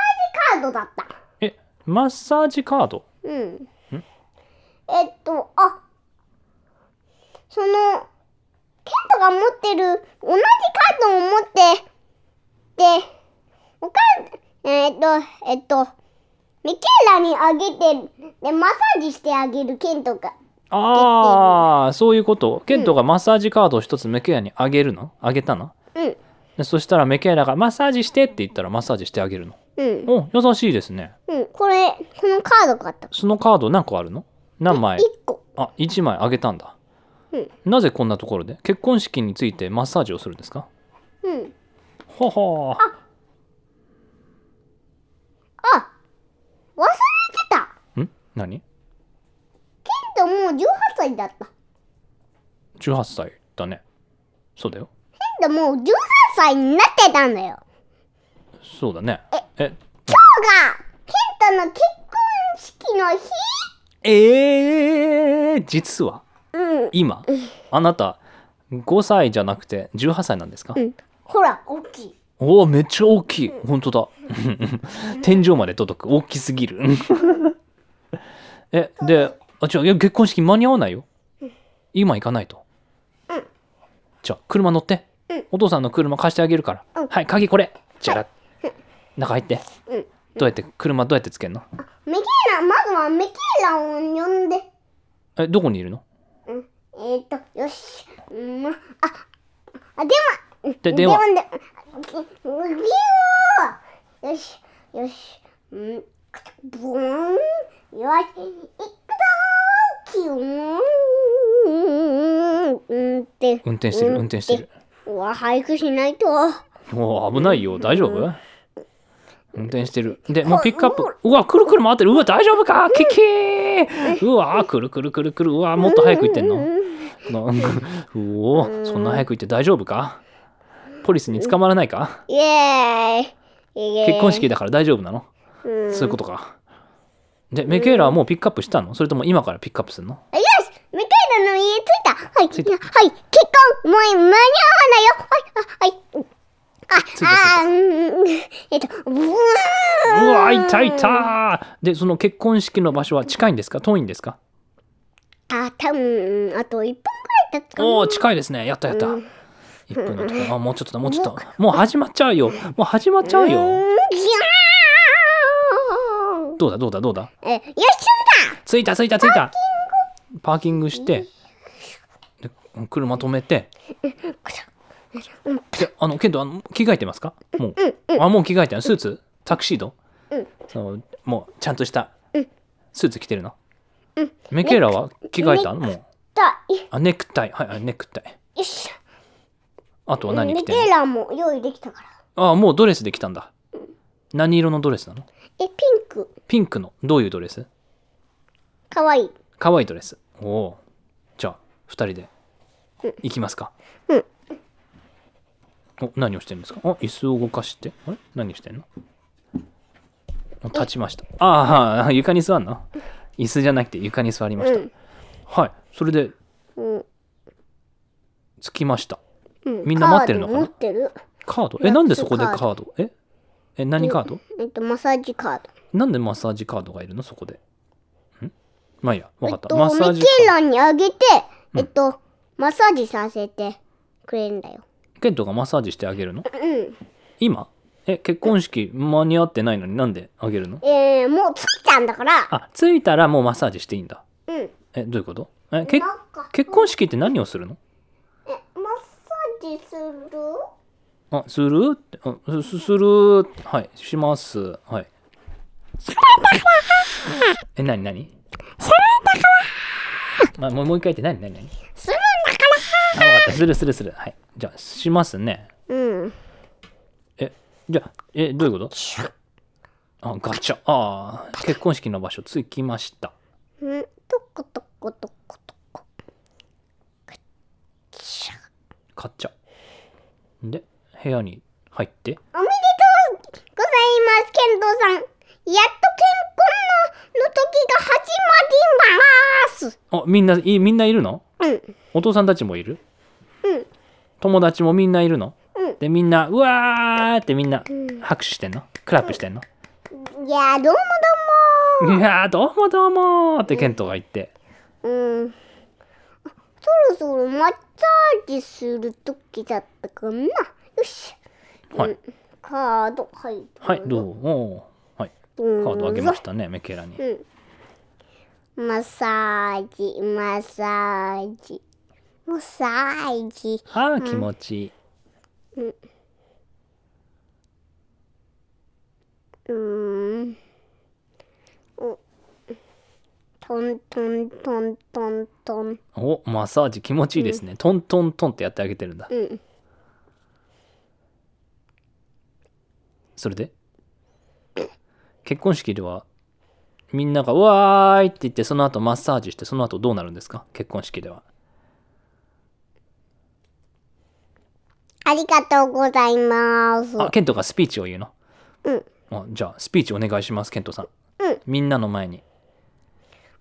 [SPEAKER 2] カードだった
[SPEAKER 1] えマッサージカード
[SPEAKER 2] うん。えっと、あ、その、ケントが持ってる同じカードを持って、で、おかん、えっと、えっと、ミケーラにあげて、で、マッサージしてあげるケントが。
[SPEAKER 1] ああそういうことケントがマッサージカードを一つメケアにあげるのあげたの
[SPEAKER 2] うん、
[SPEAKER 1] でそしたらメケアがマッサージしてって言ったらマッサージしてあげるの
[SPEAKER 2] うん、
[SPEAKER 1] お優しいですね
[SPEAKER 2] うん。これ、このカードがあった。
[SPEAKER 1] そのカード何個あるの何枚
[SPEAKER 2] 一個。
[SPEAKER 1] あ1枚あげたんだ、
[SPEAKER 2] うん
[SPEAKER 1] なぜこんなところで結婚式についてマッサージをするんですか
[SPEAKER 2] うん。
[SPEAKER 1] はは
[SPEAKER 2] あ、忘れてた。
[SPEAKER 1] ん何
[SPEAKER 2] ケントもう18歳だった。ケ
[SPEAKER 1] ?18 歳だねそうだよ
[SPEAKER 2] ントもう18歳になってたんだよ。
[SPEAKER 1] そうだねえ
[SPEAKER 2] 今日がケントの結婚式の日
[SPEAKER 1] えー、実は
[SPEAKER 2] うん
[SPEAKER 1] 今あなた5歳じゃなくて18歳なんですか、
[SPEAKER 2] うんほら、大きい。
[SPEAKER 1] おおめっちゃ大きい本当だ 天井まで届く大きすぎる えであ違ういや結婚式間に合わないよ今行かないと
[SPEAKER 2] うん
[SPEAKER 1] じゃあ車乗って、
[SPEAKER 2] うん
[SPEAKER 1] お父さんの車貸してあげるから、
[SPEAKER 2] うん
[SPEAKER 1] はい鍵これじゃあ中入って
[SPEAKER 2] うん。
[SPEAKER 1] どうやって車どうやってつけるの
[SPEAKER 2] メキーラ、まずはメキーラを呼んで。
[SPEAKER 1] えどこにいるの
[SPEAKER 2] うん。えっ、ー、と、よし。うん、あ、あ、電話。うん
[SPEAKER 1] で電話
[SPEAKER 2] 電話で。うん電話よし、よし。うん。ブーン。よし。いくぞー。キューン。うんって。
[SPEAKER 1] 運転してる
[SPEAKER 2] うん
[SPEAKER 1] 運転してる。
[SPEAKER 2] うわ、俳句しないと。
[SPEAKER 1] もう危ないよ大丈夫運転してるでもう
[SPEAKER 2] こ
[SPEAKER 1] ピックアップ
[SPEAKER 2] もう
[SPEAKER 1] うわくるくる回ってるうわ大丈夫かキキーうわくるくるくるくるうわもっと早く行ってんののうおそんな早く行って大丈夫かポリスに捕まらないか
[SPEAKER 2] イエーイ。イエーイ
[SPEAKER 1] 結婚。式だから大丈夫なの
[SPEAKER 2] うん
[SPEAKER 1] そういうことかでメケーラはもうピックアップしたのそれとも今からピックアップするの
[SPEAKER 2] よしメカイラの家着いたはい、
[SPEAKER 1] 着いた
[SPEAKER 2] はい、結婚もう間に合わないよはい、あ、はい
[SPEAKER 1] 着いた
[SPEAKER 2] あ、あー、うんえっと、ブーン
[SPEAKER 1] うわいたいたでその結婚式の場所は近いんですか遠いんですか
[SPEAKER 2] あ、多分あと1分くらい経つかな
[SPEAKER 1] おお近いですねやったやった、一1分のとこあもうちょっとだもうちょっともう始まっちゃうよもう始まっちゃう
[SPEAKER 2] う
[SPEAKER 1] よ
[SPEAKER 2] んギャ
[SPEAKER 1] どうだどうだどうだ
[SPEAKER 2] ーンえ、よし、着いた
[SPEAKER 1] 着いた着いた着いたパーキングしてで車止めてであのけどあの着替えてますかもう、あもう着替えてるスーツタクシード、
[SPEAKER 2] うん
[SPEAKER 1] そのもうちゃんとしたスーツ着てるの、メケーラは着替えたのもう
[SPEAKER 2] だい
[SPEAKER 1] あネクタイはいはいネクタイ
[SPEAKER 2] よし
[SPEAKER 1] あとは何着てんの
[SPEAKER 2] メケラも用意できたから
[SPEAKER 1] ああもうドレスできたんだ何色のドレスなの
[SPEAKER 2] え、ピンク、
[SPEAKER 1] ピンクのどういうドレス
[SPEAKER 2] かわいい
[SPEAKER 1] 可愛いドレスおおじゃあ2人で行きますか
[SPEAKER 2] うん
[SPEAKER 1] お何をしてるんですかあ椅子を動かしてあれ何してんのお立ちましたああ床に座んの椅子じゃなくて床に座りました、
[SPEAKER 2] うん
[SPEAKER 1] はいそれで
[SPEAKER 2] うん
[SPEAKER 1] 着きました
[SPEAKER 2] うん
[SPEAKER 1] みんな待ってるのかな
[SPEAKER 2] カード持ってる
[SPEAKER 1] カードえなんでそこでカードええ何カード
[SPEAKER 2] えっと、マッサージカード
[SPEAKER 1] なんでマッサージカードがいるのそこでんまあいいやわかった、
[SPEAKER 2] えっと、
[SPEAKER 1] マッサー
[SPEAKER 2] メ
[SPEAKER 1] ジ
[SPEAKER 2] ケ
[SPEAKER 1] カード
[SPEAKER 2] ーラにあげて、えっと、マッサージさせてくれるんだよ。
[SPEAKER 1] ケントがマッサージしてあげるの
[SPEAKER 2] うん。
[SPEAKER 1] 今え結婚式間に合ってないのになんであげるの
[SPEAKER 2] えー、もう着いたんだから。
[SPEAKER 1] あ着いたらもうマッサージしていいんだ
[SPEAKER 2] うん。
[SPEAKER 1] えどういうことえけ
[SPEAKER 2] なんか
[SPEAKER 1] 結婚式って何をするの
[SPEAKER 2] え、マッサージする
[SPEAKER 1] あするってあすするはいしますはいえ何何まあもうもう一回言って何何何
[SPEAKER 2] するんだか
[SPEAKER 1] あ分かったするするするはいじゃあしますね
[SPEAKER 2] ら。うん。
[SPEAKER 1] えじゃあえどういうことあガチャあー結婚式の場所着きました
[SPEAKER 2] うん。とことことことこ。くっしゃ
[SPEAKER 1] ガチャで部屋に入って
[SPEAKER 2] おめでとうございます、ケントさん。やっと結婚のの時が始
[SPEAKER 1] あみんないみんないるの
[SPEAKER 2] まります。うん。
[SPEAKER 1] お父さんたちもいる
[SPEAKER 2] うん
[SPEAKER 1] 友達もみんないるの、
[SPEAKER 2] うん
[SPEAKER 1] でみんなうわーってみんな
[SPEAKER 2] うん
[SPEAKER 1] 拍手してんのクラップしてんの、
[SPEAKER 2] いやー、どうもどうも
[SPEAKER 1] いやーどうもどうもーってケントが言って、
[SPEAKER 2] うん。そろそろマッサージするときだったかな。よし。
[SPEAKER 1] はい、
[SPEAKER 2] カード、はい。
[SPEAKER 1] はいどうもはいカ
[SPEAKER 2] カ
[SPEAKER 1] ードあげましたねメケラに
[SPEAKER 2] うん。マッサージ、マッサージ。マッサージ。
[SPEAKER 1] あー気持ちいい、
[SPEAKER 2] うーん。おトントントントントン。
[SPEAKER 1] おマッサージ気持ちいいですね、トントントンってやってあげてるんだ
[SPEAKER 2] うん。
[SPEAKER 1] それで結婚式ではみんなが「わーい!」って言ってその後マッサージしてその後どうなるんですか結婚式では
[SPEAKER 2] ありがとうございます。
[SPEAKER 1] あケントがスピーチを言うの
[SPEAKER 2] うん。
[SPEAKER 1] あじゃあスピーチお願いしますケントさん、
[SPEAKER 2] うん
[SPEAKER 1] みんなの前に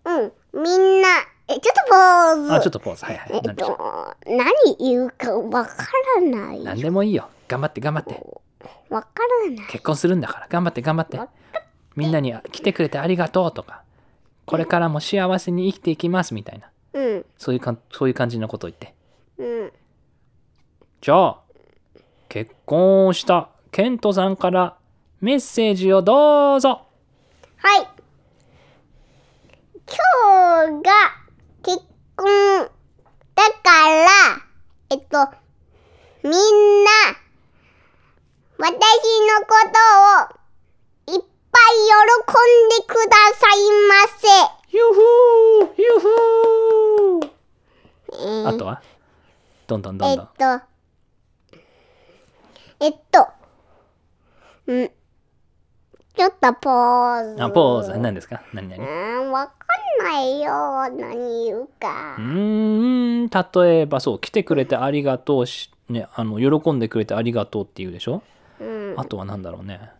[SPEAKER 2] うん、みんな、え、ちょっとポーズ。
[SPEAKER 1] あ、ちょっとポーズ。はいはい。
[SPEAKER 2] え
[SPEAKER 1] な
[SPEAKER 2] っ
[SPEAKER 1] んでしょう。
[SPEAKER 2] と、何言うかわからない。
[SPEAKER 1] なんでもいいよ。頑張って頑張って。
[SPEAKER 2] わからない。
[SPEAKER 1] 結婚するんだから。頑張って頑張って
[SPEAKER 2] わか。
[SPEAKER 1] みんなに来てくれてありがとうとか。これからも幸せに生きていきますみたいな。
[SPEAKER 2] うん、
[SPEAKER 1] そういうかんそういう感じのことを言って。
[SPEAKER 2] うん。
[SPEAKER 1] じゃあ、結婚をしたケントさんからメッセージをどうぞ。
[SPEAKER 2] はい。今日が結婚だから、えっと、みんな、私のことをいっぱい喜んでくださいま
[SPEAKER 1] ユーフーユーフー
[SPEAKER 2] せ。えー
[SPEAKER 1] あとはどんどんど
[SPEAKER 2] え
[SPEAKER 1] ん
[SPEAKER 2] っ
[SPEAKER 1] どん。
[SPEAKER 2] と、えっと、うん、ちょっとポーズ。
[SPEAKER 1] あ、ポーズ。何ですか何
[SPEAKER 2] う
[SPEAKER 1] 何
[SPEAKER 2] ん、わかんないよ、何言うか
[SPEAKER 1] う。ーん、例えばそう、来てくれてありがとうし、ね、あの、喜んでくれてありがとうって言うでしょ
[SPEAKER 2] うん、
[SPEAKER 1] あとは何だろうね。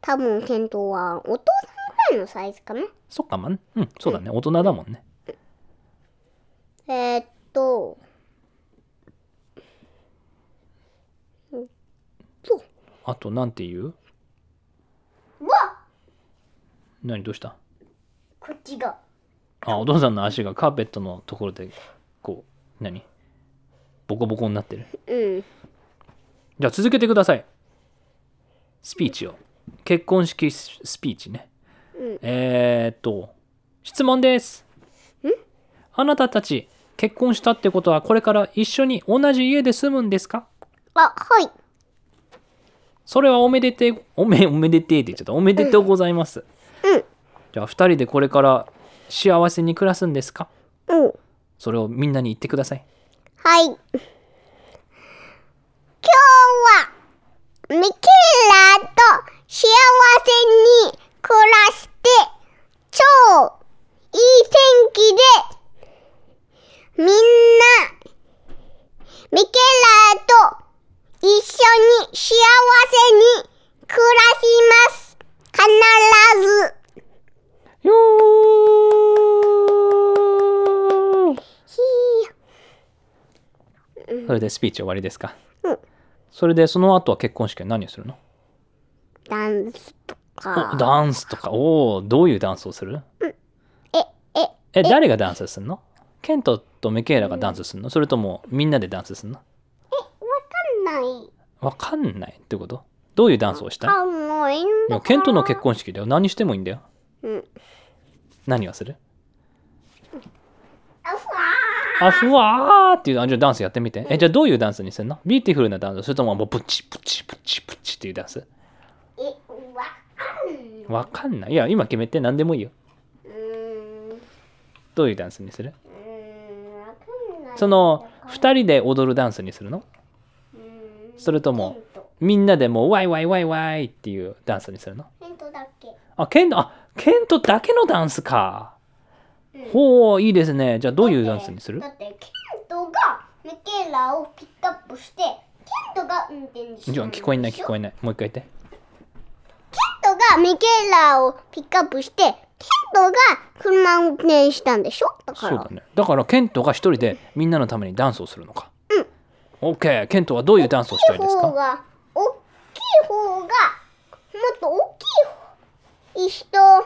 [SPEAKER 2] 多分ケントはお父さんぐらいのサイズかな。
[SPEAKER 1] そっか、まあ、うん、そうだね。大人だもんね。
[SPEAKER 2] えーっと、
[SPEAKER 1] あと、なんて言う
[SPEAKER 2] わ
[SPEAKER 1] 何どうした
[SPEAKER 2] こっちが。
[SPEAKER 1] あ、お父さんの足がカーペットのところで、こう、何ボコボコになってる。
[SPEAKER 2] うん、
[SPEAKER 1] じゃあ続けてください。スピーチを。結婚式ススピーチね。
[SPEAKER 2] うん
[SPEAKER 1] えーっと、質問です。あなたたち、結婚したってことはこれから一緒に同じ家で住むんですか
[SPEAKER 2] あ、はい。
[SPEAKER 1] それはおめでて、おめ、おめでてえって言っちゃった。おめでとうございます。
[SPEAKER 2] うん
[SPEAKER 1] じゃあ二人でこれから幸せに暮らすんですか
[SPEAKER 2] うん。
[SPEAKER 1] それをみんなに言ってください。
[SPEAKER 2] はい。今日は、ミケラと幸せに暮らして、超いい天気で、みんな、ミケラと一緒に幸せに暮らします。必ず。
[SPEAKER 1] よ
[SPEAKER 2] ひー
[SPEAKER 1] それでスピーチ終わりですか
[SPEAKER 2] うん
[SPEAKER 1] それでその後は結婚式は何をするの
[SPEAKER 2] ダンスと
[SPEAKER 1] お
[SPEAKER 2] か。
[SPEAKER 1] ダンスとかおおどういうダンスをする
[SPEAKER 2] え、え、
[SPEAKER 1] え誰がダンスするのケントとミケイラがダンスするのそれともみんなでダンスするの
[SPEAKER 2] ない。
[SPEAKER 1] わかんないってことどういうダンスをしたい
[SPEAKER 2] あ、もういいんだ
[SPEAKER 1] やケントの結婚式だよ何してもいいんだよ
[SPEAKER 2] うん。
[SPEAKER 1] 何をする
[SPEAKER 2] あ、ふわ
[SPEAKER 1] あふわーっていうあじゃあダンスやってみてえじゃあどういうダンスにするのビューティフルなダンスそれとももうプチプチプチプチっていうダンス
[SPEAKER 2] ーえ、わかん
[SPEAKER 1] わかんないいや今決めて何でもいいよ
[SPEAKER 2] うーん。う
[SPEAKER 1] どういうダンスにする
[SPEAKER 2] ーん、わかんない。
[SPEAKER 1] その2人で踊るダンスにするの
[SPEAKER 2] うーん、
[SPEAKER 1] それともみんなでもうワイワイワイワイっていうダンスにするの
[SPEAKER 2] ヒントだっけ。
[SPEAKER 1] あケントあケントだけのダンスか
[SPEAKER 2] うん
[SPEAKER 1] ほういいですねじゃあどういうダンスにする
[SPEAKER 2] だって、だってケントがミケラをピックアップして、ケントが運転して。
[SPEAKER 1] じゃあ聞こえない聞こ
[SPEAKER 2] え
[SPEAKER 1] えないもう一回言って
[SPEAKER 2] ケントがミケラをピックアップして、ケントが車を運転したんでしょだか
[SPEAKER 1] そうだ
[SPEAKER 2] ら。
[SPEAKER 1] ねだからケントが一人でみんなのためにダンスをするのかうん OK ケントはどういうダンスをした
[SPEAKER 2] 大き
[SPEAKER 1] い
[SPEAKER 2] い
[SPEAKER 1] です
[SPEAKER 2] 方
[SPEAKER 1] か
[SPEAKER 2] が、大きい方が、もっと大きい人が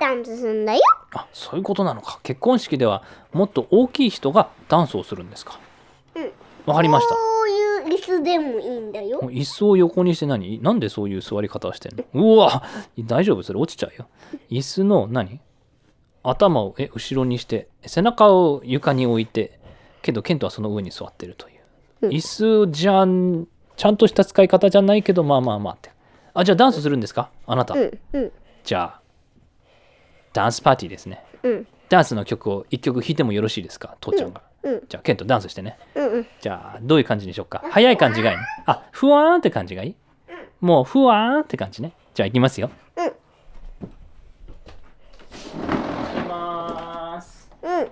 [SPEAKER 2] ダンスするんだよ。
[SPEAKER 1] あそういうことなのか結婚式ではもっと大きい人がダンスをするんですか
[SPEAKER 2] うん
[SPEAKER 1] わかりました
[SPEAKER 2] そういう椅子でもいいんだよ。
[SPEAKER 1] 椅子を横にして何なんでそういう座り方をしてんのうわ大丈夫それ落ちちゃうよ椅子の何頭をえ後ろにして背中を床に置いてけどケントはその上に座ってるという
[SPEAKER 2] うん
[SPEAKER 1] 椅子じゃんちゃんとした使い方じゃないけどまあまあまあってあじゃあダンスするんですかあなた、
[SPEAKER 2] うん、うん、
[SPEAKER 1] じゃあダンスパーティーですね
[SPEAKER 2] うん、
[SPEAKER 1] ダンスの曲を1曲弾いてもよろしいですか父ちゃんが、
[SPEAKER 2] うん、
[SPEAKER 1] じゃあケントダンスしてね
[SPEAKER 2] うん、うん。
[SPEAKER 1] じゃあどういう感じにしようか早い感じがいいのあふわーんって感じがいいもうふわーんって感じねじゃあいきますよ
[SPEAKER 2] うん
[SPEAKER 1] いきます
[SPEAKER 2] うん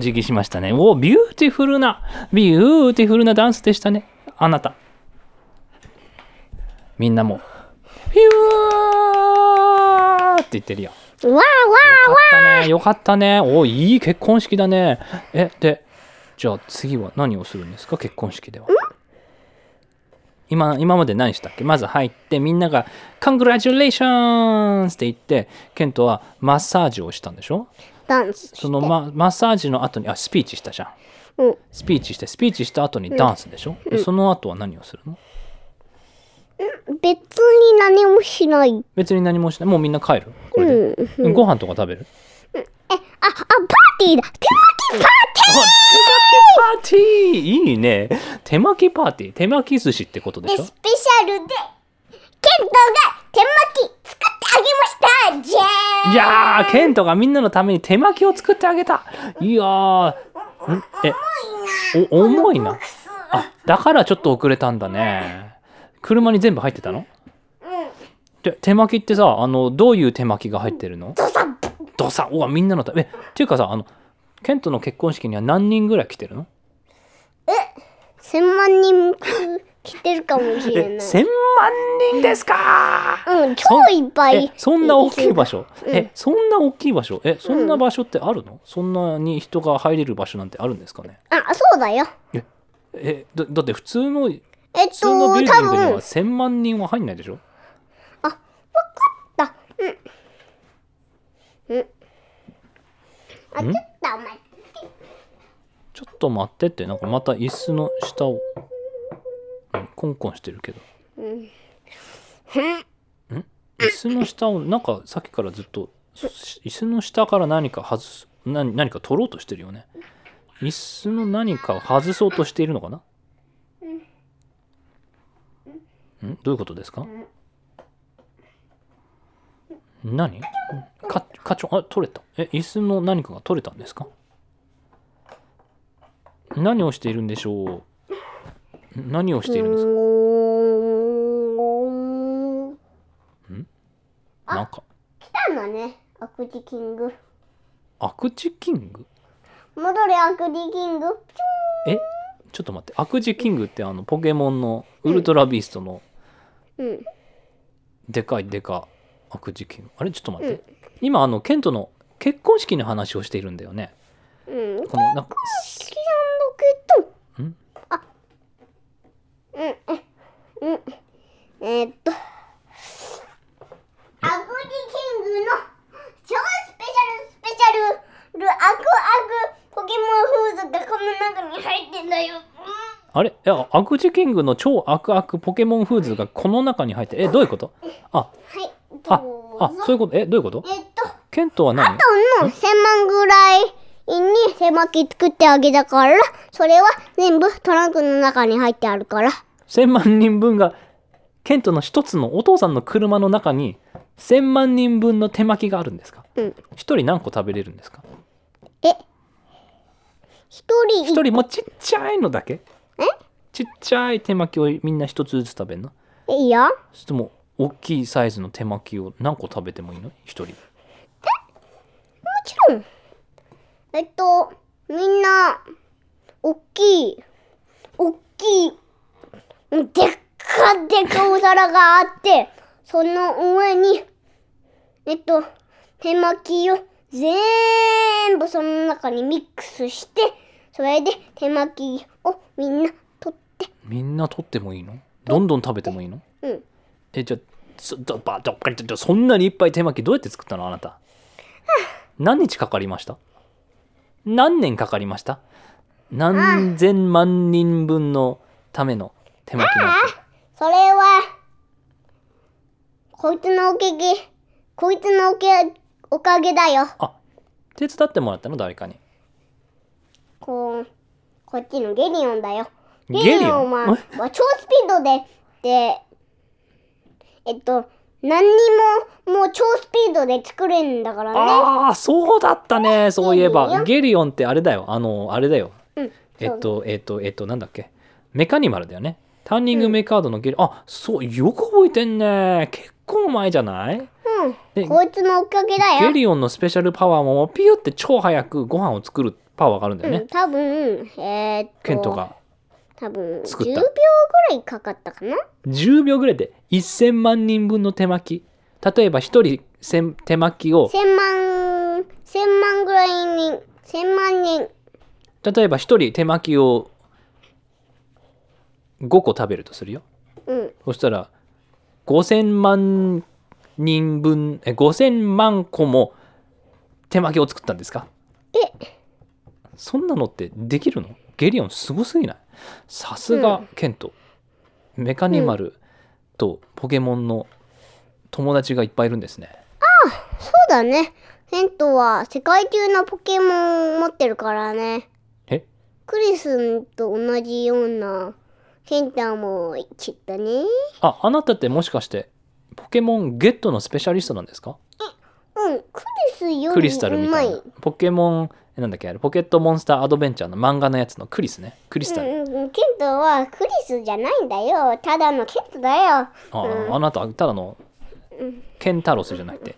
[SPEAKER 1] じぎしましたね。おビューティフルな、ビューティフルなダンスでしたね。あなた。みんなも、ビューって言ってるよ。
[SPEAKER 2] わーわ
[SPEAKER 1] よかったね。よかったね。おいい結婚式だね。え、で、じゃあ次は何をするんですか結婚式では。今今まで何したっけまず入ってみんなが「カングラチュレーション!」って言ってケントはマッサージをしたんでしょ
[SPEAKER 2] ーダンスして
[SPEAKER 1] そのママッサージの後にあスピーチしたじゃん
[SPEAKER 2] うん
[SPEAKER 1] スピーチしてスピーチした後にダンスでしょ、でその後は何をするの
[SPEAKER 2] 別に何もしない
[SPEAKER 1] 別に何もしないもうみんな帰るこれで、ご飯とか食べる
[SPEAKER 2] ああパーティーだ手巻きパー
[SPEAKER 1] パーティーいいね手巻きパーティー手巻き寿司ってことで
[SPEAKER 2] ティ
[SPEAKER 1] し
[SPEAKER 2] ー
[SPEAKER 1] ょ
[SPEAKER 2] スペシャルでケントが手巻き作ってあげましたじゃーん
[SPEAKER 1] いやーケントがみんなのために手巻きを作ってあげたいやーんえお重いなあだからちょっと遅れたんだね車に全部入ってたので手巻きってさあのどういう手巻きが入ってるの
[SPEAKER 2] ドサン
[SPEAKER 1] どさうわみんなのためえっていうかさあのケントの結婚式には何人ぐらい来てるの
[SPEAKER 2] 千万人来てるかもしれ
[SPEAKER 1] え
[SPEAKER 2] ない
[SPEAKER 1] 1000万人ですか
[SPEAKER 2] うん超
[SPEAKER 1] そ
[SPEAKER 2] いっぱい
[SPEAKER 1] えそんな大きい場
[SPEAKER 2] 所
[SPEAKER 1] 所、えそんな大きい場所えそんな場所ってあるの、そんなに人が入れる場所なんてあるんですかね
[SPEAKER 2] あそうだよ
[SPEAKER 1] えだだって普通の普
[SPEAKER 2] えっと
[SPEAKER 1] 通のビルデ
[SPEAKER 2] 多
[SPEAKER 1] ィングには
[SPEAKER 2] 分
[SPEAKER 1] 1000万人は入んないでしょ
[SPEAKER 2] だうんうんあちょっと待って
[SPEAKER 1] ちょっと待ってってなんかまた椅子の下をうんコンコンしてるけど椅子の下をなんかさっきからずっとし椅子の下から何か外す何何か取ろうとしてるよね椅子の何かを外そうとしているのかなんどういうことですか何か課長あ取れたえ椅子の何かが取れたんですか何をしているんでしょう何をしているんですか
[SPEAKER 2] うん
[SPEAKER 1] なんか
[SPEAKER 2] 来たのねアクティキング
[SPEAKER 1] アクチキング
[SPEAKER 2] 戻れアクティキングピ
[SPEAKER 1] えちょっと待ってアクジキングってあのポケモンのウルトラビーストの
[SPEAKER 2] ュン
[SPEAKER 1] でかいでかアクジキングあれちょっと待って、今あのケントの結婚式の話をしているんだよね
[SPEAKER 2] うんうん
[SPEAKER 1] このなんか
[SPEAKER 2] 好きなんだけど
[SPEAKER 1] ん
[SPEAKER 2] あうんうんえーっとアクティキングの超スペシャルスペシャルルアクアクポケモンフーズがこの中に入ってんだよ、うん
[SPEAKER 1] あれいやアクジキングの超アクアクポケモンフーズがこの中に入ってえどういうことあ
[SPEAKER 2] はい、
[SPEAKER 1] あ
[SPEAKER 2] ど
[SPEAKER 1] あ
[SPEAKER 2] う
[SPEAKER 1] そういうことえどういうこと
[SPEAKER 2] えっと、
[SPEAKER 1] ケントは何
[SPEAKER 2] トンの千万ぐらいに狭き作ってあげたから、それは全部トランクの中に入ってあるから。
[SPEAKER 1] 1000万人分がケントの一つのお父さんの車の中に1000万人分の手巻きがあるんですか
[SPEAKER 2] うん。
[SPEAKER 1] 一人何個食べれるんですか
[SPEAKER 2] え、一人
[SPEAKER 1] 一人もうちっちゃいのだけ
[SPEAKER 2] え
[SPEAKER 1] ちっちゃい手巻きをみんな一つずつ食べるの
[SPEAKER 2] えいや、
[SPEAKER 1] そしても大きいサイズの手巻きを何個食べてもいいの一人
[SPEAKER 2] もちろん。えっと、みんな、おっきい、おっきい、でっかでっかお皿があって、その上に、えっと、手巻きを全部その中にミックスして、それで手巻きをみんな取って、
[SPEAKER 1] みんな取ってもいいのどんどん食べてもいいの
[SPEAKER 2] うん。
[SPEAKER 1] えじゃあそどばどばどそんなにいっぱい手巻きどうやって作ったのあなた何日かかりました何年かかりました何千万人分のための手巻きなんて
[SPEAKER 2] それは、こいつのおけげ、こいつのおけ、おかげだよ。
[SPEAKER 1] あ手伝ってもらったの誰かに
[SPEAKER 2] こう、こっちのゲリオンだよ。
[SPEAKER 1] ゲリオン
[SPEAKER 2] はは超スピードで、で、えっと、何にも、もう超スピードで作れるんだからね。
[SPEAKER 1] ああそうだったねそういえ
[SPEAKER 2] ゲリオ
[SPEAKER 1] ば
[SPEAKER 2] ン
[SPEAKER 1] ゲリオンってあれだよあのあれだよ
[SPEAKER 2] うん。
[SPEAKER 1] えっとえっとえっとなんだっけメカニマルだよねターニングメカードのゲリ、あそうよく覚えてんね結構前じゃない
[SPEAKER 2] そう。
[SPEAKER 1] で
[SPEAKER 2] うん。こいつのおかげだ
[SPEAKER 1] ゲ
[SPEAKER 2] よ。
[SPEAKER 1] リオンのスペシャルパワーもピュって超早くご飯を作るパーわかるんだよ
[SPEAKER 2] う
[SPEAKER 1] ね、
[SPEAKER 2] ん、多分、えー、っと、
[SPEAKER 1] ケントが
[SPEAKER 2] 多分
[SPEAKER 1] 作
[SPEAKER 2] 10
[SPEAKER 1] っ
[SPEAKER 2] 秒
[SPEAKER 1] た
[SPEAKER 2] ぐらいかかったかな
[SPEAKER 1] 10秒ぐらいで1000万人分の手巻き例えば1人1000手巻きを
[SPEAKER 2] 千万千万ぐらいに千万人
[SPEAKER 1] 例えば1人手巻きを5個食べるとするよ
[SPEAKER 2] うん
[SPEAKER 1] そしたら5000万人分え5000万個も手巻きを作ったんですか
[SPEAKER 2] え
[SPEAKER 1] そんなのってできるのゲリオンすごすぎないさすがケント、メカニマルとポケモンの友達がいっぱいいるんですね
[SPEAKER 2] そうだねケントは世界中のポケモンを持ってるからね
[SPEAKER 1] え
[SPEAKER 2] クリスンと同じようなケンタもきっとね
[SPEAKER 1] ああなたってもしかしてポケモンゲットのスペシャリストなんですか
[SPEAKER 2] うんクリスよ
[SPEAKER 1] ク
[SPEAKER 2] り
[SPEAKER 1] リスタルみ
[SPEAKER 2] う
[SPEAKER 1] た
[SPEAKER 2] まい
[SPEAKER 1] いなポケモンえなんだっけあれポケットモンスターアドベンチャーの漫画のやつのクリスねクリスタル、
[SPEAKER 2] うんうん、ケントはクリスじゃないんだよただのケントだよ
[SPEAKER 1] あああなたただのケンタロスじゃなくて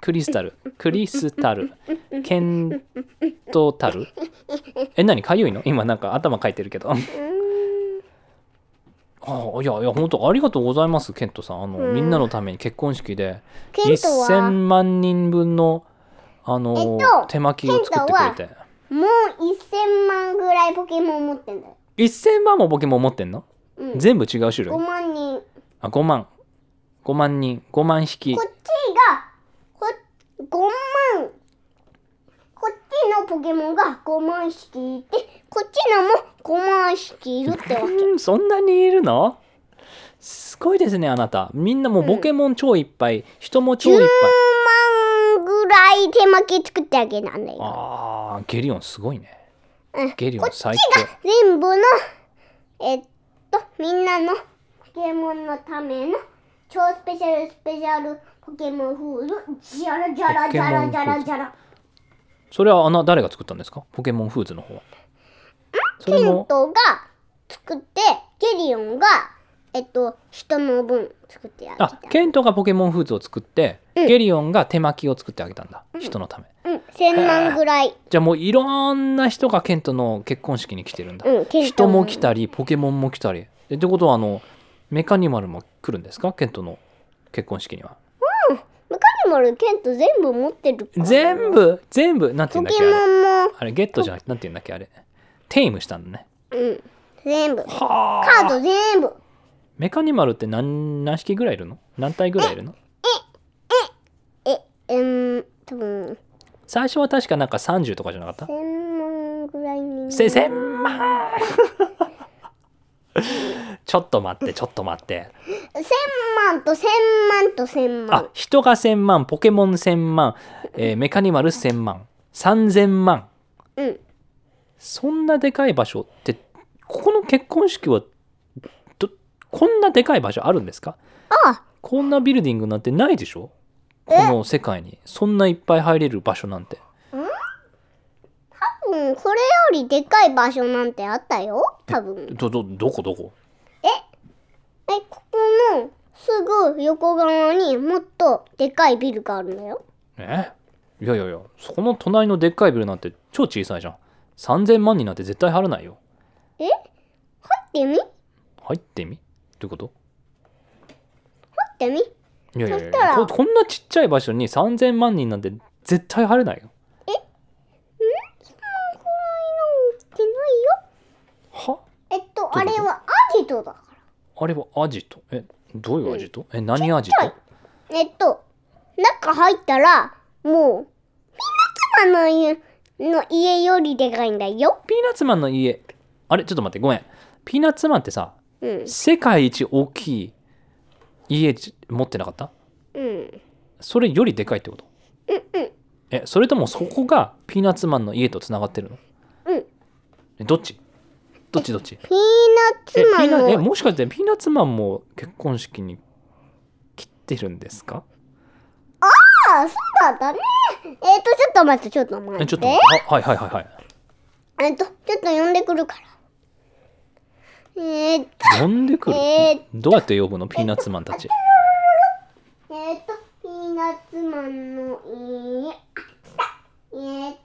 [SPEAKER 1] クリスタルクリスタルケントタルえ何かゆいの今なんか頭かいてるけどああいやいや本当ありがとうございますケントさんあの、みんなのために結婚式で
[SPEAKER 2] ケントは
[SPEAKER 1] 1000万人分のあの、
[SPEAKER 2] えっと
[SPEAKER 1] 手巻きを作ってくれて
[SPEAKER 2] もう1000万ぐらいポケモン持ってんだよ
[SPEAKER 1] 1000万もポケモン持ってんの、
[SPEAKER 2] うん
[SPEAKER 1] 全部違う種類
[SPEAKER 2] 5万人
[SPEAKER 1] あ5万5万人5万匹
[SPEAKER 2] こっちがこ5万こっちのポケモンが5万匹いてこっちのも5万匹いるってわけ
[SPEAKER 1] うんそんなにいるのすごいですねあなたみんなもうポケモン超いっぱい、人も超いっぱい
[SPEAKER 2] 10万ぐらい手巻き作ってあげなんだよ
[SPEAKER 1] あーゲリオンすごいね
[SPEAKER 2] うん
[SPEAKER 1] ゲリオン最
[SPEAKER 2] こっちが全部のえっとみんなのポケモンのための超スペシャルスペシャルポケモンフードジャラジャラジャラジャラジャラ
[SPEAKER 1] それはあの誰が作ったんですかポケモンフーズの方はそ
[SPEAKER 2] ケ
[SPEAKER 1] れ
[SPEAKER 2] ン
[SPEAKER 1] も
[SPEAKER 2] トが作ってゲリオンがえっと人の分作ってあげ
[SPEAKER 1] あ
[SPEAKER 2] た
[SPEAKER 1] ケントがポケモンフーズを作って、
[SPEAKER 2] うん
[SPEAKER 1] ゲリオンが手巻きを作ってあげたんだ、人のため
[SPEAKER 2] うん千万ぐらい
[SPEAKER 1] じゃあもういろんな人がケントの結婚式に来てるんだ、
[SPEAKER 2] うんケントも
[SPEAKER 1] 人も来たりポケモンも来たりえってことはあのメカニマルも来るんですかケントの結婚式には
[SPEAKER 2] メカニマルケント全部持ってるから
[SPEAKER 1] 全部全部なんて言
[SPEAKER 2] ポ
[SPEAKER 1] うんだっ
[SPEAKER 2] ケ
[SPEAKER 1] けあ
[SPEAKER 2] モ
[SPEAKER 1] れ
[SPEAKER 2] ンも
[SPEAKER 1] あれゲットじゃなくてなんて言うんだっけあれテイムしたんだね
[SPEAKER 2] うん全部カ
[SPEAKER 1] は
[SPEAKER 2] ード全部
[SPEAKER 1] メカニマルって何何匹ぐらいいるの何体ぐらいいるの
[SPEAKER 2] えうん多分
[SPEAKER 1] 最初は確かなんか30とかじゃなかった
[SPEAKER 2] 千万ぐらいに
[SPEAKER 1] せ千万 ちょっと待ってちょっと待って
[SPEAKER 2] 千万と千万と千
[SPEAKER 1] あ
[SPEAKER 2] 万
[SPEAKER 1] 人が1000万ポケモン1000万、えーメカニマル1000万3000万
[SPEAKER 2] うん
[SPEAKER 1] そんなでかい場所ってここの結婚式はどこんなでかい場所あるんですか
[SPEAKER 2] あ
[SPEAKER 1] こんなビルディングなんてないでしょこの世界にそんないっぱい入れる場所なんて
[SPEAKER 2] 多分これよりでかい場所なんてあったよ多分
[SPEAKER 1] どどどこどこ
[SPEAKER 2] えここのすぐ横側にもっとでかいビルがあるんだよ
[SPEAKER 1] えいやいやいやそこの隣のでっかいビルなんて超小さいじゃん3000万人なんて絶対入らないよ
[SPEAKER 2] え入ってみ入
[SPEAKER 1] 入ってみってこと
[SPEAKER 2] ってみ
[SPEAKER 1] いやいやいや
[SPEAKER 2] そしたら
[SPEAKER 1] ここんなちっちゃい場所に3000万人なんて絶対入れないよ
[SPEAKER 2] こんなくらいのってな
[SPEAKER 1] はい
[SPEAKER 2] よえっと
[SPEAKER 1] どう
[SPEAKER 2] あ
[SPEAKER 1] いう
[SPEAKER 2] れ
[SPEAKER 1] こと
[SPEAKER 2] はアジトだか
[SPEAKER 1] あれはアジトえどういうアジト、え何アジ
[SPEAKER 2] ちっ
[SPEAKER 1] ト
[SPEAKER 2] らえっと中入ったらもうピーナッツマンの家の家よりでかいんだよ
[SPEAKER 1] ピーナッツマンの家あれちょっと待ってごめんピーナッツマンってさ
[SPEAKER 2] うん
[SPEAKER 1] 世界一大きい家じ持ってなかった
[SPEAKER 2] うん
[SPEAKER 1] それよりでかいってこと
[SPEAKER 2] うんうん
[SPEAKER 1] えそれともそこがピーナッツマンの家とつながってるの
[SPEAKER 2] うん
[SPEAKER 1] えどっちどっちどっち
[SPEAKER 2] ピーナッツ
[SPEAKER 1] えピ
[SPEAKER 2] マ
[SPEAKER 1] ーナえ
[SPEAKER 2] ンの
[SPEAKER 1] もしかしてピーナッツマンも結婚式に来てるんですか
[SPEAKER 2] ああそうだったねえっとちょっと待ってちょっと待
[SPEAKER 1] え
[SPEAKER 2] っ
[SPEAKER 1] ちょ
[SPEAKER 2] て
[SPEAKER 1] っと待ってははいはいはいはい
[SPEAKER 2] えっとちょっと呼んでくるからえーっ
[SPEAKER 1] 呼んでくる、
[SPEAKER 2] え
[SPEAKER 1] どうやって呼ぶのピーナッツマンたち
[SPEAKER 2] とえーっとピーナッツマンの家あ来たえーっ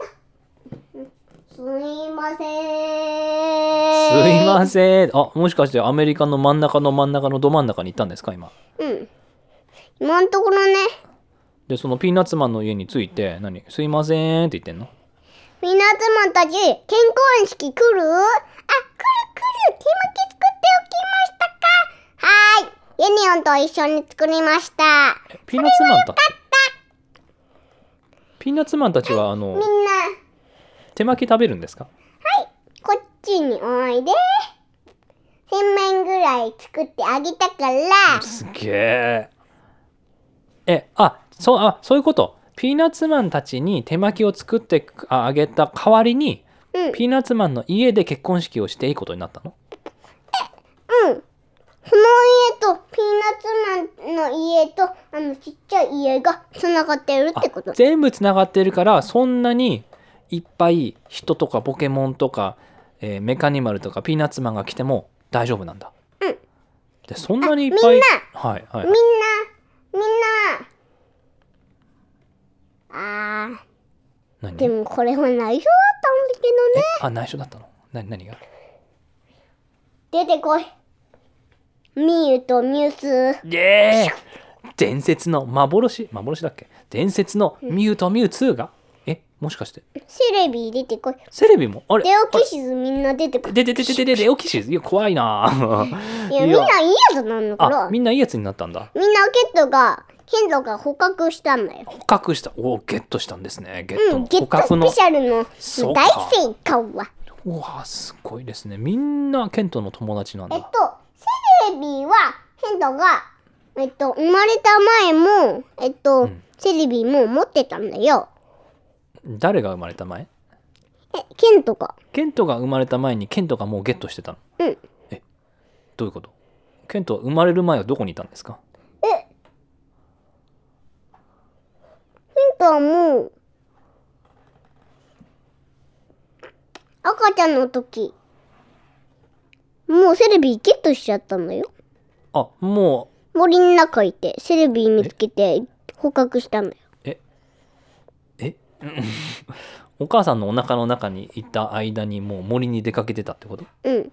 [SPEAKER 2] とすいませ
[SPEAKER 1] す
[SPEAKER 2] ん。
[SPEAKER 1] いま
[SPEAKER 2] せん。
[SPEAKER 1] せん。あ、もしかしてアメリカの真ん中の真ん中のど真ん中に行ったんですか、今。
[SPEAKER 2] うん。今のところね、
[SPEAKER 1] で、そのピーナッツマンの家に着いて、何すいませんって言ってんの
[SPEAKER 2] みなつまんたち、健康園式来るあ、来る来る。手巻き作っておきましたかはーい。ユニオンと一緒に作りました。
[SPEAKER 1] ピーナッツマンたち。ピーナッツマンたちは、あ
[SPEAKER 2] みん
[SPEAKER 1] の、
[SPEAKER 2] な、
[SPEAKER 1] 手巻き食べるんですか
[SPEAKER 2] こっちにおいで。千面ぐらい作ってあげたから、
[SPEAKER 1] すげえ。え、あ、そう、あ、そういうこと。ピーナッツマンたちに手巻きを作ってああげた代わりに、
[SPEAKER 2] うん、
[SPEAKER 1] ピーナッツマンの家で結婚式をしていいことになったの
[SPEAKER 2] うん。その家とピーナッツマンの家とあのちっちゃい家がつながってるってこと。
[SPEAKER 1] あ全部つながってるからそんなにいっぱい人とかポケモンとか、えーメカニマルとかピーナッツマンが来ても大丈夫なんだ。
[SPEAKER 2] うん
[SPEAKER 1] でそんなにいっぱい
[SPEAKER 2] みん
[SPEAKER 1] はいはい
[SPEAKER 2] みんな、みんな。あ
[SPEAKER 1] 何
[SPEAKER 2] ー、でもこれは内緒だったんだ
[SPEAKER 1] えあ内緒だったの何何が
[SPEAKER 2] けどね。出てこい。ミユとミュース。
[SPEAKER 1] イエーイ伝説の幻幻だっけ伝説のミュウとミュウ2がえもしかして
[SPEAKER 2] セレビー出てこい。
[SPEAKER 1] セレビもあれ
[SPEAKER 2] デオキシズみんな出てこい。
[SPEAKER 1] でででででででオキシいや怖いな
[SPEAKER 2] い や、みんないいやつなんだから
[SPEAKER 1] あ。みんないいやつになったんだ
[SPEAKER 2] みんなケットが、ケントが捕獲したんだよ。
[SPEAKER 1] 捕獲したおーゲットしたんですねゲッ
[SPEAKER 2] う
[SPEAKER 1] ト
[SPEAKER 2] ん、
[SPEAKER 1] の
[SPEAKER 2] ゲッ
[SPEAKER 1] 捕
[SPEAKER 2] ト
[SPEAKER 1] 獲の
[SPEAKER 2] スペシャルの
[SPEAKER 1] そうか
[SPEAKER 2] 大成功は。
[SPEAKER 1] うわすごいですねみんなケントの友達なん
[SPEAKER 2] えっと
[SPEAKER 1] だ、
[SPEAKER 2] セレビは、ヘントが、えっと、生まれた前も、えっと、
[SPEAKER 1] うん
[SPEAKER 2] セレビも持ってたんだよ。
[SPEAKER 1] 誰が生まれた前
[SPEAKER 2] え、ケントが。
[SPEAKER 1] ケントが生まれた前にケントがもうゲットしてたの
[SPEAKER 2] うん。
[SPEAKER 1] えどういうことケントは生まれる前はどこにいたんですか
[SPEAKER 2] ケントはもう、赤ちゃんの時、もうセレビゲットしちゃったんだよ。
[SPEAKER 1] あも
[SPEAKER 2] 森の中いて、セレビ見つけて捕獲したんだよ。
[SPEAKER 1] うえうんお母さんのお腹の中にいた間にもう森に出かけてたってこと
[SPEAKER 2] うん。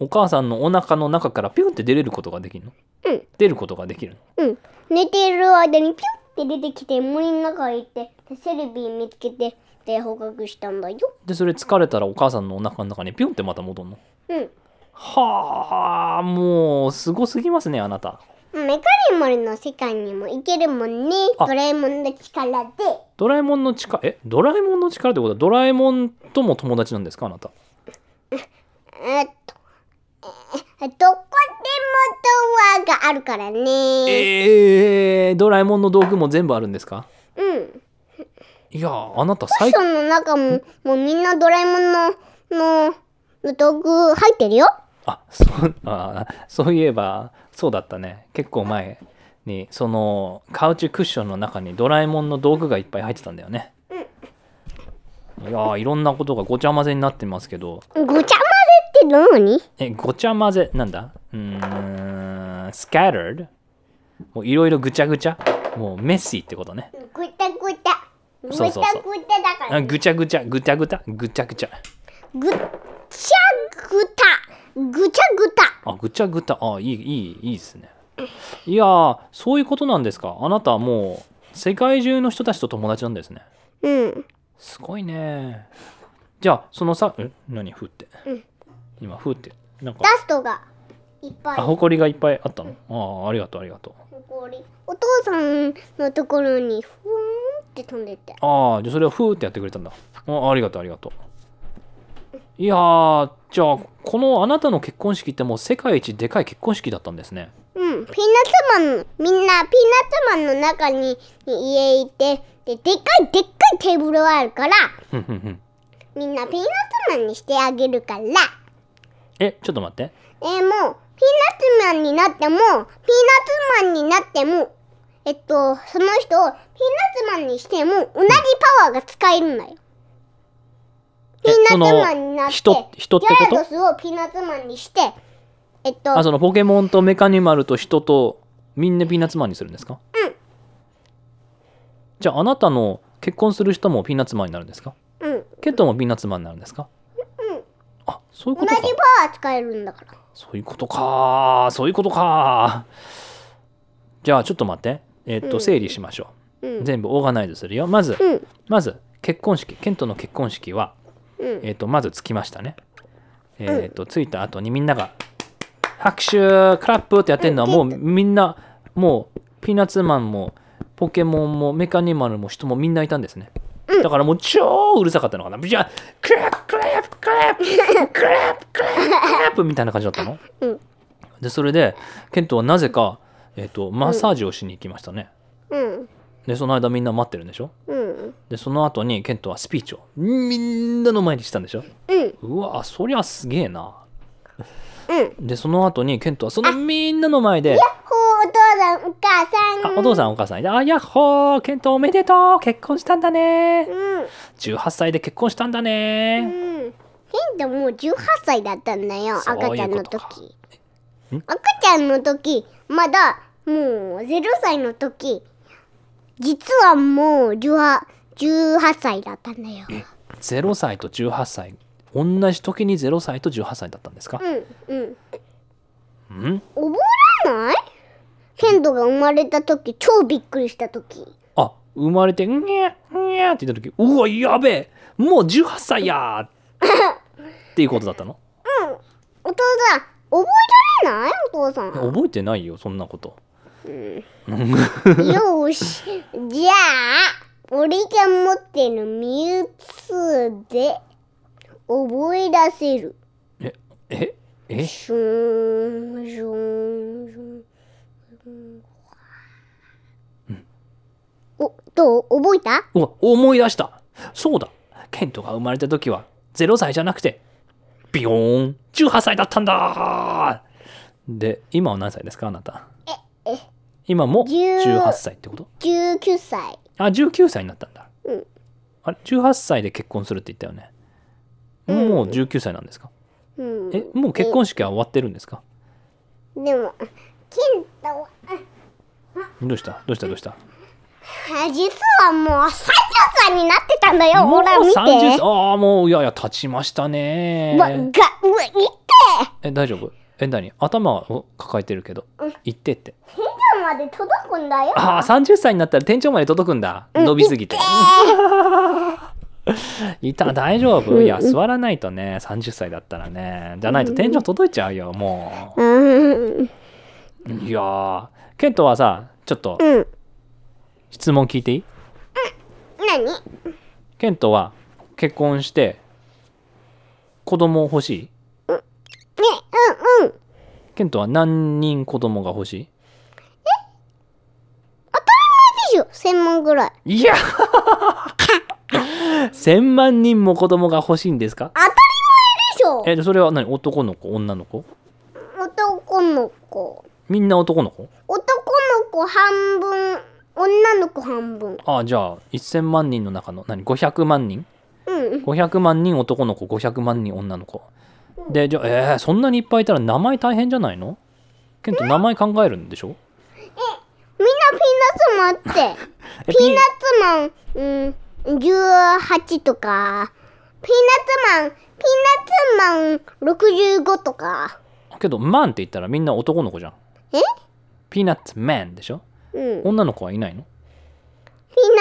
[SPEAKER 1] お母さんのお腹の中からピュンって出れることができるの
[SPEAKER 2] うん
[SPEAKER 1] 出ることができるの
[SPEAKER 2] うん。寝ている間にピュンって出てきて、森の中へ行って、でセレビ見つけて、で、捕獲したんだよ。
[SPEAKER 1] でそれ疲れたらお母さんのお腹の中にピュンってまた戻るの
[SPEAKER 2] うん。
[SPEAKER 1] はあもうすごすぎますねあなた
[SPEAKER 2] メカニマルの世界にも行けるもんね。
[SPEAKER 1] あ
[SPEAKER 2] ドラえもんの力で。
[SPEAKER 1] ドラえもんの力えドラえもんの力ってことはドラえもんとも友達なんですかあなた
[SPEAKER 2] えっと、えどこでもドアがあるからね。
[SPEAKER 1] えー、ドラえもんの道具も全部あるんですか
[SPEAKER 2] うん。
[SPEAKER 1] いやーあなた最
[SPEAKER 2] その中も、もうみんなドラえもんの、の、の道具入ってるよ。
[SPEAKER 1] あそうあーそういえばそうだったね結構前にそのカウチクッションの中にドラえもんの道具がいっぱい入ってたんだよねいやーいろんなことがごちゃ混ぜになってますけど
[SPEAKER 2] ごちゃ混ぜって何
[SPEAKER 1] えごちゃ混ぜなんだうーん scattered もういろいろぐちゃぐちゃもうメッシーってことね
[SPEAKER 2] ぐたぐた。ぐ
[SPEAKER 1] そう
[SPEAKER 2] たぐ
[SPEAKER 1] そうそう
[SPEAKER 2] ただから
[SPEAKER 1] あ。ぐちゃぐちゃぐちゃぐちゃぐちゃぐちゃ
[SPEAKER 2] ぐっちゃぐたぐちゃぐた
[SPEAKER 1] あぐちゃぐたあいいいいいいですねいやーそういうことなんですかあなたはもう世界中の人たちと友達なんですね
[SPEAKER 2] うん
[SPEAKER 1] すごいねじゃあそのさえ何ふって、
[SPEAKER 2] うん
[SPEAKER 1] 今ふってなんか
[SPEAKER 2] ダストがいっぱい
[SPEAKER 1] あほこりがいっぱいあったのああありがとうありがとう
[SPEAKER 2] ほこりお父さんのところにふーんって飛んでって
[SPEAKER 1] ああ、じゃあそれをふーってやってくれたんだ。あありがとう、ありがとう。いやー、じゃあ、このあなたの結婚式ってもう世界一でかい結婚式だったんですね。
[SPEAKER 2] うんピーナッツマンのみんなピーナッツマンの中にに家いてででっかいでっかいテーブルがあるから
[SPEAKER 1] ふんふんふん
[SPEAKER 2] みんなピーナッツマンにしてあげるからえ
[SPEAKER 1] え、ちょっと待って。
[SPEAKER 2] ー、もうピーナッツマンになってもピーナッツマンになってもえっとその人をピーナッツマンにしても同じパワーが使えるんだよ
[SPEAKER 1] え
[SPEAKER 2] ピー
[SPEAKER 1] そ
[SPEAKER 2] ナッツ
[SPEAKER 1] の
[SPEAKER 2] マンになって、
[SPEAKER 1] 人人って
[SPEAKER 2] ギャ
[SPEAKER 1] こ
[SPEAKER 2] ラド
[SPEAKER 1] と
[SPEAKER 2] スをピーナッツマンにして、えっ
[SPEAKER 1] あ、
[SPEAKER 2] と、
[SPEAKER 1] そのポケモンとメカニマルと人とみんなピーナッツマンにするんですか
[SPEAKER 2] うん
[SPEAKER 1] じゃあ、あなたの結婚する人もピーナッツマンになるんですか
[SPEAKER 2] うん、
[SPEAKER 1] ケントもピーナッツマンになるんですか
[SPEAKER 2] うん
[SPEAKER 1] あそういう
[SPEAKER 2] 同
[SPEAKER 1] こ
[SPEAKER 2] じ
[SPEAKER 1] と
[SPEAKER 2] パ
[SPEAKER 1] か
[SPEAKER 2] ワー使えるんだから
[SPEAKER 1] そういうことかそういうことかじゃあちょっと待ってえっと、
[SPEAKER 2] うん
[SPEAKER 1] 整理しましょ
[SPEAKER 2] う
[SPEAKER 1] うん全部オーガナイズするよまず
[SPEAKER 2] うん
[SPEAKER 1] まず結婚式ケントの結婚式は
[SPEAKER 2] うん
[SPEAKER 1] えっ、とまず着きましたね。えっ、と着いた後にみんなが拍手クラップってやってるのはもう
[SPEAKER 2] うん
[SPEAKER 1] みんなもうピーナッツマンもポケモンもメカニマルも人もみんないたんですね。だからもう超うるさかったのかな。じゃあクラップクラップクラップクラップクラップクラップみたいな感じだったの。
[SPEAKER 2] うん
[SPEAKER 1] でそれでケントはなぜか、えっとマッサージをしに行きましたね。
[SPEAKER 2] うん
[SPEAKER 1] でその間みんな待ってるんでしょ。
[SPEAKER 2] うん
[SPEAKER 1] でその後にケントはスピーチをみんなの前にしたんでしょ。
[SPEAKER 2] うん
[SPEAKER 1] うわそりゃすげえな
[SPEAKER 2] うん
[SPEAKER 1] でその後にケントはそのみんなの前で
[SPEAKER 2] ほうお父さんお母さん
[SPEAKER 1] あお父さんお母さんあやっほーケントおめでとう結婚したんだね
[SPEAKER 2] うん
[SPEAKER 1] 18歳で結婚したんだ
[SPEAKER 2] う
[SPEAKER 1] ね
[SPEAKER 2] んケントもう18歳だったんだよ
[SPEAKER 1] そういう
[SPEAKER 2] 赤ちゃんの
[SPEAKER 1] ことか
[SPEAKER 2] 時
[SPEAKER 1] ん
[SPEAKER 2] 赤ちゃんの時まだもう0歳の時実はもう18 18歳だったんだよ
[SPEAKER 1] 0歳と18歳同じ時に0歳と18歳だったんですか
[SPEAKER 2] うんうん
[SPEAKER 1] うん
[SPEAKER 2] 覚えられないケントが生まれた時超びっくりした時
[SPEAKER 1] あ生まれてんにゃんにゃって言った時うわやべえもう18歳やーっていうことだったの
[SPEAKER 2] お父さん覚えられないお父さん
[SPEAKER 1] 覚えてないよそんなこと
[SPEAKER 2] よーし。じゃあ、俺が持ってるミュウツーで覚え出せる。
[SPEAKER 1] えええ
[SPEAKER 2] シューン、シューン、シューン。お、どう覚えた
[SPEAKER 1] うわ思い出したそうだケントが生まれた時は0歳じゃなくてビヨーン18歳だったんだで今は何歳ですかあなた
[SPEAKER 2] ええ
[SPEAKER 1] 今も
[SPEAKER 2] 10
[SPEAKER 1] 18歳ってこと
[SPEAKER 2] ?19 歳。
[SPEAKER 1] あ19歳になったんだ、
[SPEAKER 2] うん
[SPEAKER 1] あれ18歳で結婚するって言ったよねもう19歳なんですか、
[SPEAKER 2] うん。
[SPEAKER 1] えもう結婚式は終わってるんですか
[SPEAKER 2] でも、ケンタは、
[SPEAKER 1] どうしたどうしたどうした
[SPEAKER 2] あ実はもう30歳になってたんだよ。
[SPEAKER 1] もう
[SPEAKER 2] ほら、見て。
[SPEAKER 1] 30ああもういやいや経ちましたね
[SPEAKER 2] うわ、が、うわ、見て
[SPEAKER 1] え大丈夫え何頭を抱えてるけど言ってって
[SPEAKER 2] 天まで届くんだよ。
[SPEAKER 1] ああ30歳になったら天井まで届くんだ伸びすぎて、 いた大丈夫いや座らないとね30歳だったらねじゃないと天井届いちゃうよも
[SPEAKER 2] うん。
[SPEAKER 1] ういやーケントはさちょっと
[SPEAKER 2] うん。
[SPEAKER 1] 質問聞いていい
[SPEAKER 2] 何
[SPEAKER 1] ケントは結婚して子供欲しい
[SPEAKER 2] ね、うんうん。
[SPEAKER 1] ケントは何人子供が欲し
[SPEAKER 2] でしょ、千万ぐらい。
[SPEAKER 1] いいや1000万人も子供が欲しいんですか
[SPEAKER 2] 当たり前でしょ。
[SPEAKER 1] えそれは何男の子女の子
[SPEAKER 2] 男の子。
[SPEAKER 1] みんな男の子
[SPEAKER 2] 男の子半分、女の子半分。
[SPEAKER 1] ああじゃあ1000万人の中の何500万人
[SPEAKER 2] うん。
[SPEAKER 1] 500万人男の子500万人女の子でじゃあえー、そんなにいっぱいいたら名前大変じゃないのケント名前考えるんでしょ
[SPEAKER 2] みんなピーナッツマンって。
[SPEAKER 1] え
[SPEAKER 2] ピーナッツマン、うん、18とか。ピーナッツマン、ピーナッツマン65とか。
[SPEAKER 1] ピけどマンって言ったらみんな男の子じゃん
[SPEAKER 2] え
[SPEAKER 1] ピーナッツマンでしょ
[SPEAKER 2] うん。ピー
[SPEAKER 1] 女の子はいないの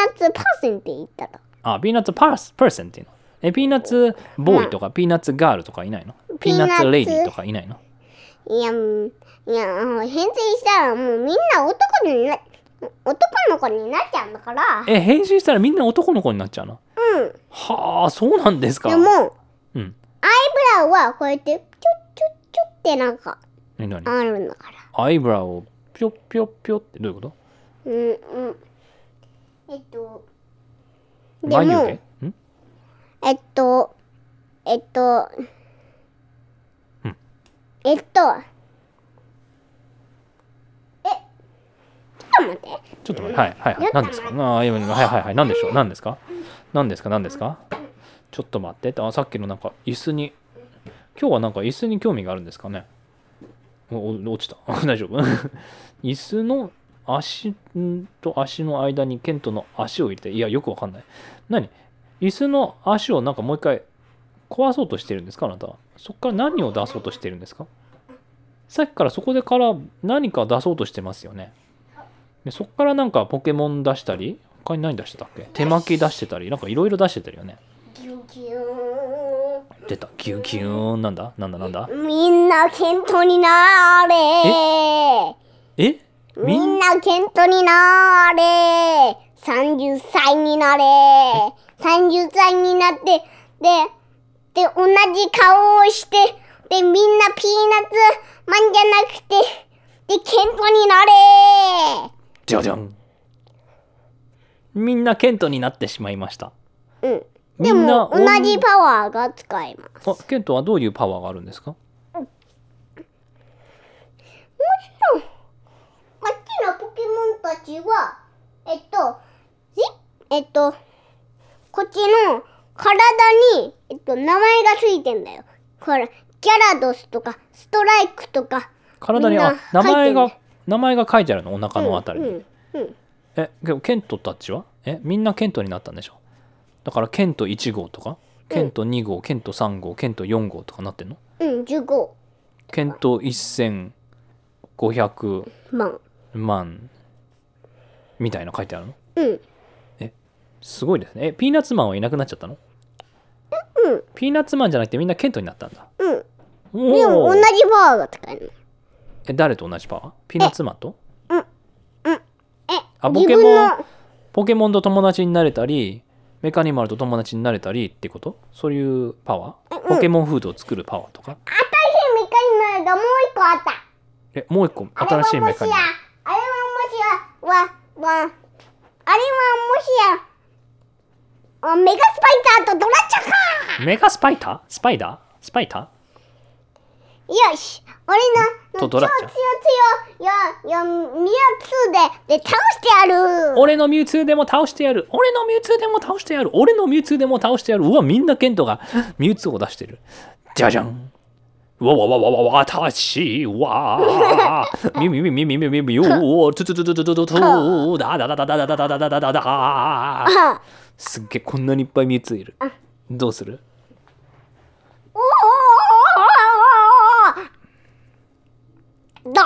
[SPEAKER 2] ナッツパーセンって言ったら。
[SPEAKER 1] あピーナッツパースパーセンっていうのえピーナッツボーイとかピーナッツガールとかいないのピー
[SPEAKER 2] ピー
[SPEAKER 1] ナ
[SPEAKER 2] ナッツ
[SPEAKER 1] ッツレイディーとかいないの
[SPEAKER 2] いや、うんいや、変遷したらもうみんな男にな、男の子になっちゃうんだから。
[SPEAKER 1] え変身したらみんな男の子になっちゃうの
[SPEAKER 2] うん。で
[SPEAKER 1] はあそうなんですか
[SPEAKER 2] も、
[SPEAKER 1] うん
[SPEAKER 2] アイブラウはこうやって、ちょっちょっちょってなんか、
[SPEAKER 1] 何何
[SPEAKER 2] あるんだから。
[SPEAKER 1] アイブラウをピョッピョッピョってどういうこと
[SPEAKER 2] うん、うん。えっと、で
[SPEAKER 1] 眉
[SPEAKER 2] も、
[SPEAKER 1] 毛ん
[SPEAKER 2] えっと、えっと、
[SPEAKER 1] うん
[SPEAKER 2] えっと、え、ちょっと待って。
[SPEAKER 1] ちょっと待ってはいはいはい
[SPEAKER 2] やった
[SPEAKER 1] 何ですかああ今のはいはいはい何でしょう何ですか何ですか何ですかちょっと待ってあさっきのなんか椅子に今日はなんか椅子に興味があるんですかねおお落ちた 大丈夫椅子の足んと足の間にケントの足を入れていやよくわかんない何椅子の足をなんかもう一回壊そうとしてるんですかあなたはそこから何を出そうとしてるんですかさっきからそこでから何か出そうとしてますよねでそこからなんかポケモン出したり他に何出してたっけ手巻き出してたりなんかいろいろ出してたりよね
[SPEAKER 2] ギュギュ
[SPEAKER 1] 出たギュギューンなんだなんだなんだ
[SPEAKER 2] ーンみんなケントになれ
[SPEAKER 1] えみ
[SPEAKER 2] み
[SPEAKER 1] ん
[SPEAKER 2] んなケントになれ30歳になれ30歳になってでで同じ顔をしてでみんなピーナッツマンじゃなくてでケントになれ
[SPEAKER 1] じゃじゃんみんなケントになってしまいました
[SPEAKER 2] うん、
[SPEAKER 1] み
[SPEAKER 2] で
[SPEAKER 1] んな
[SPEAKER 2] も同じパワーが使えます。
[SPEAKER 1] あケントはどういうパワーがあるんですか
[SPEAKER 2] あっちのポケモンたちは、えっと、じえっと、こっちの体に、えっと、名前がついてんだよ。ほら、ギャラドスとか、ストライクとか。
[SPEAKER 1] 体に
[SPEAKER 2] みんな
[SPEAKER 1] あ名前
[SPEAKER 2] 書い
[SPEAKER 1] が
[SPEAKER 2] て
[SPEAKER 1] 名前が書いてあるのお腹のあたりに、
[SPEAKER 2] うんうんうん
[SPEAKER 1] えけどケントたちはえみんなケントになったんでしょだからケント1号とかケント2号、ケント3号ケント4号とかなってんの
[SPEAKER 2] うん、15
[SPEAKER 1] ケント1500
[SPEAKER 2] 万。
[SPEAKER 1] 万みたいな書いてあるの
[SPEAKER 2] うん。
[SPEAKER 1] すごいですねえピーナッツマンはいなくなっちゃったの
[SPEAKER 2] うん
[SPEAKER 1] ピーナッツマンじゃなくてみんなケントになったんだ
[SPEAKER 2] うん。で
[SPEAKER 1] お
[SPEAKER 2] も
[SPEAKER 1] お
[SPEAKER 2] 同じパワーが使える
[SPEAKER 1] え誰と同じパワーピーナッツマンと
[SPEAKER 2] の。え、
[SPEAKER 1] あポ
[SPEAKER 2] 自
[SPEAKER 1] ケ
[SPEAKER 2] 分
[SPEAKER 1] モン
[SPEAKER 2] の、
[SPEAKER 1] ポケモンと友達になれたりメカニマルと友達になれたりってことそういうパワー
[SPEAKER 2] うん
[SPEAKER 1] ポケモンフードを作るパワーとか
[SPEAKER 2] みたいなのがもう一個あった。
[SPEAKER 1] えもう一個新しいメカニマル
[SPEAKER 2] あれはもしや、あれはもしや、わ、わ、あれはもしや、あメガスパイダーとドラチャか
[SPEAKER 1] メガスパイタースパイダースパイタ
[SPEAKER 2] よし、俺
[SPEAKER 1] と
[SPEAKER 2] の、
[SPEAKER 1] ドラッチャ
[SPEAKER 2] 超強強、よ、よ、ミア2で、で、倒してや
[SPEAKER 1] ー
[SPEAKER 2] る
[SPEAKER 1] 俺のミュウツーでも倒してやる俺のミュウツーでも倒してやる俺のミュウツーでも倒してやるうわみんなケントがミュウツーを出してるじゃじゃんうわわわわわわ私はみみみみみみみみよートゥトゥトゥトゥトゥトゥトゥだだだだだだだだだだだだ
[SPEAKER 2] あ
[SPEAKER 1] すっげえこんなにいっぱいミュウツーいるどうする
[SPEAKER 2] おおおおおおドラ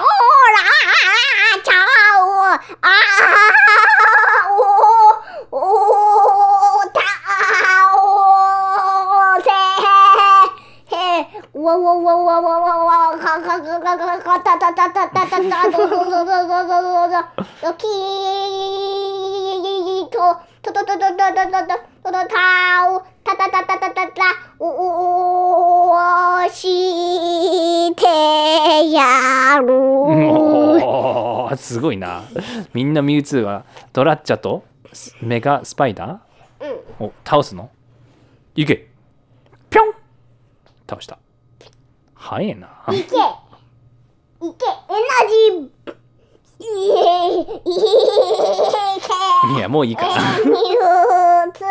[SPEAKER 2] チャを、あーおおたおせへわわわわわわわかかかかかかたたたたたたたどどどどどどどどきーととととととととととたおたたたたたたたおおしてやる
[SPEAKER 1] おーすごいなみんなミュウツーはドラッチャとメガスパイダーを倒すのいけぴょん倒した早いない
[SPEAKER 2] けいけエナジーいえいけ
[SPEAKER 1] いやもういいかな
[SPEAKER 2] ミューツ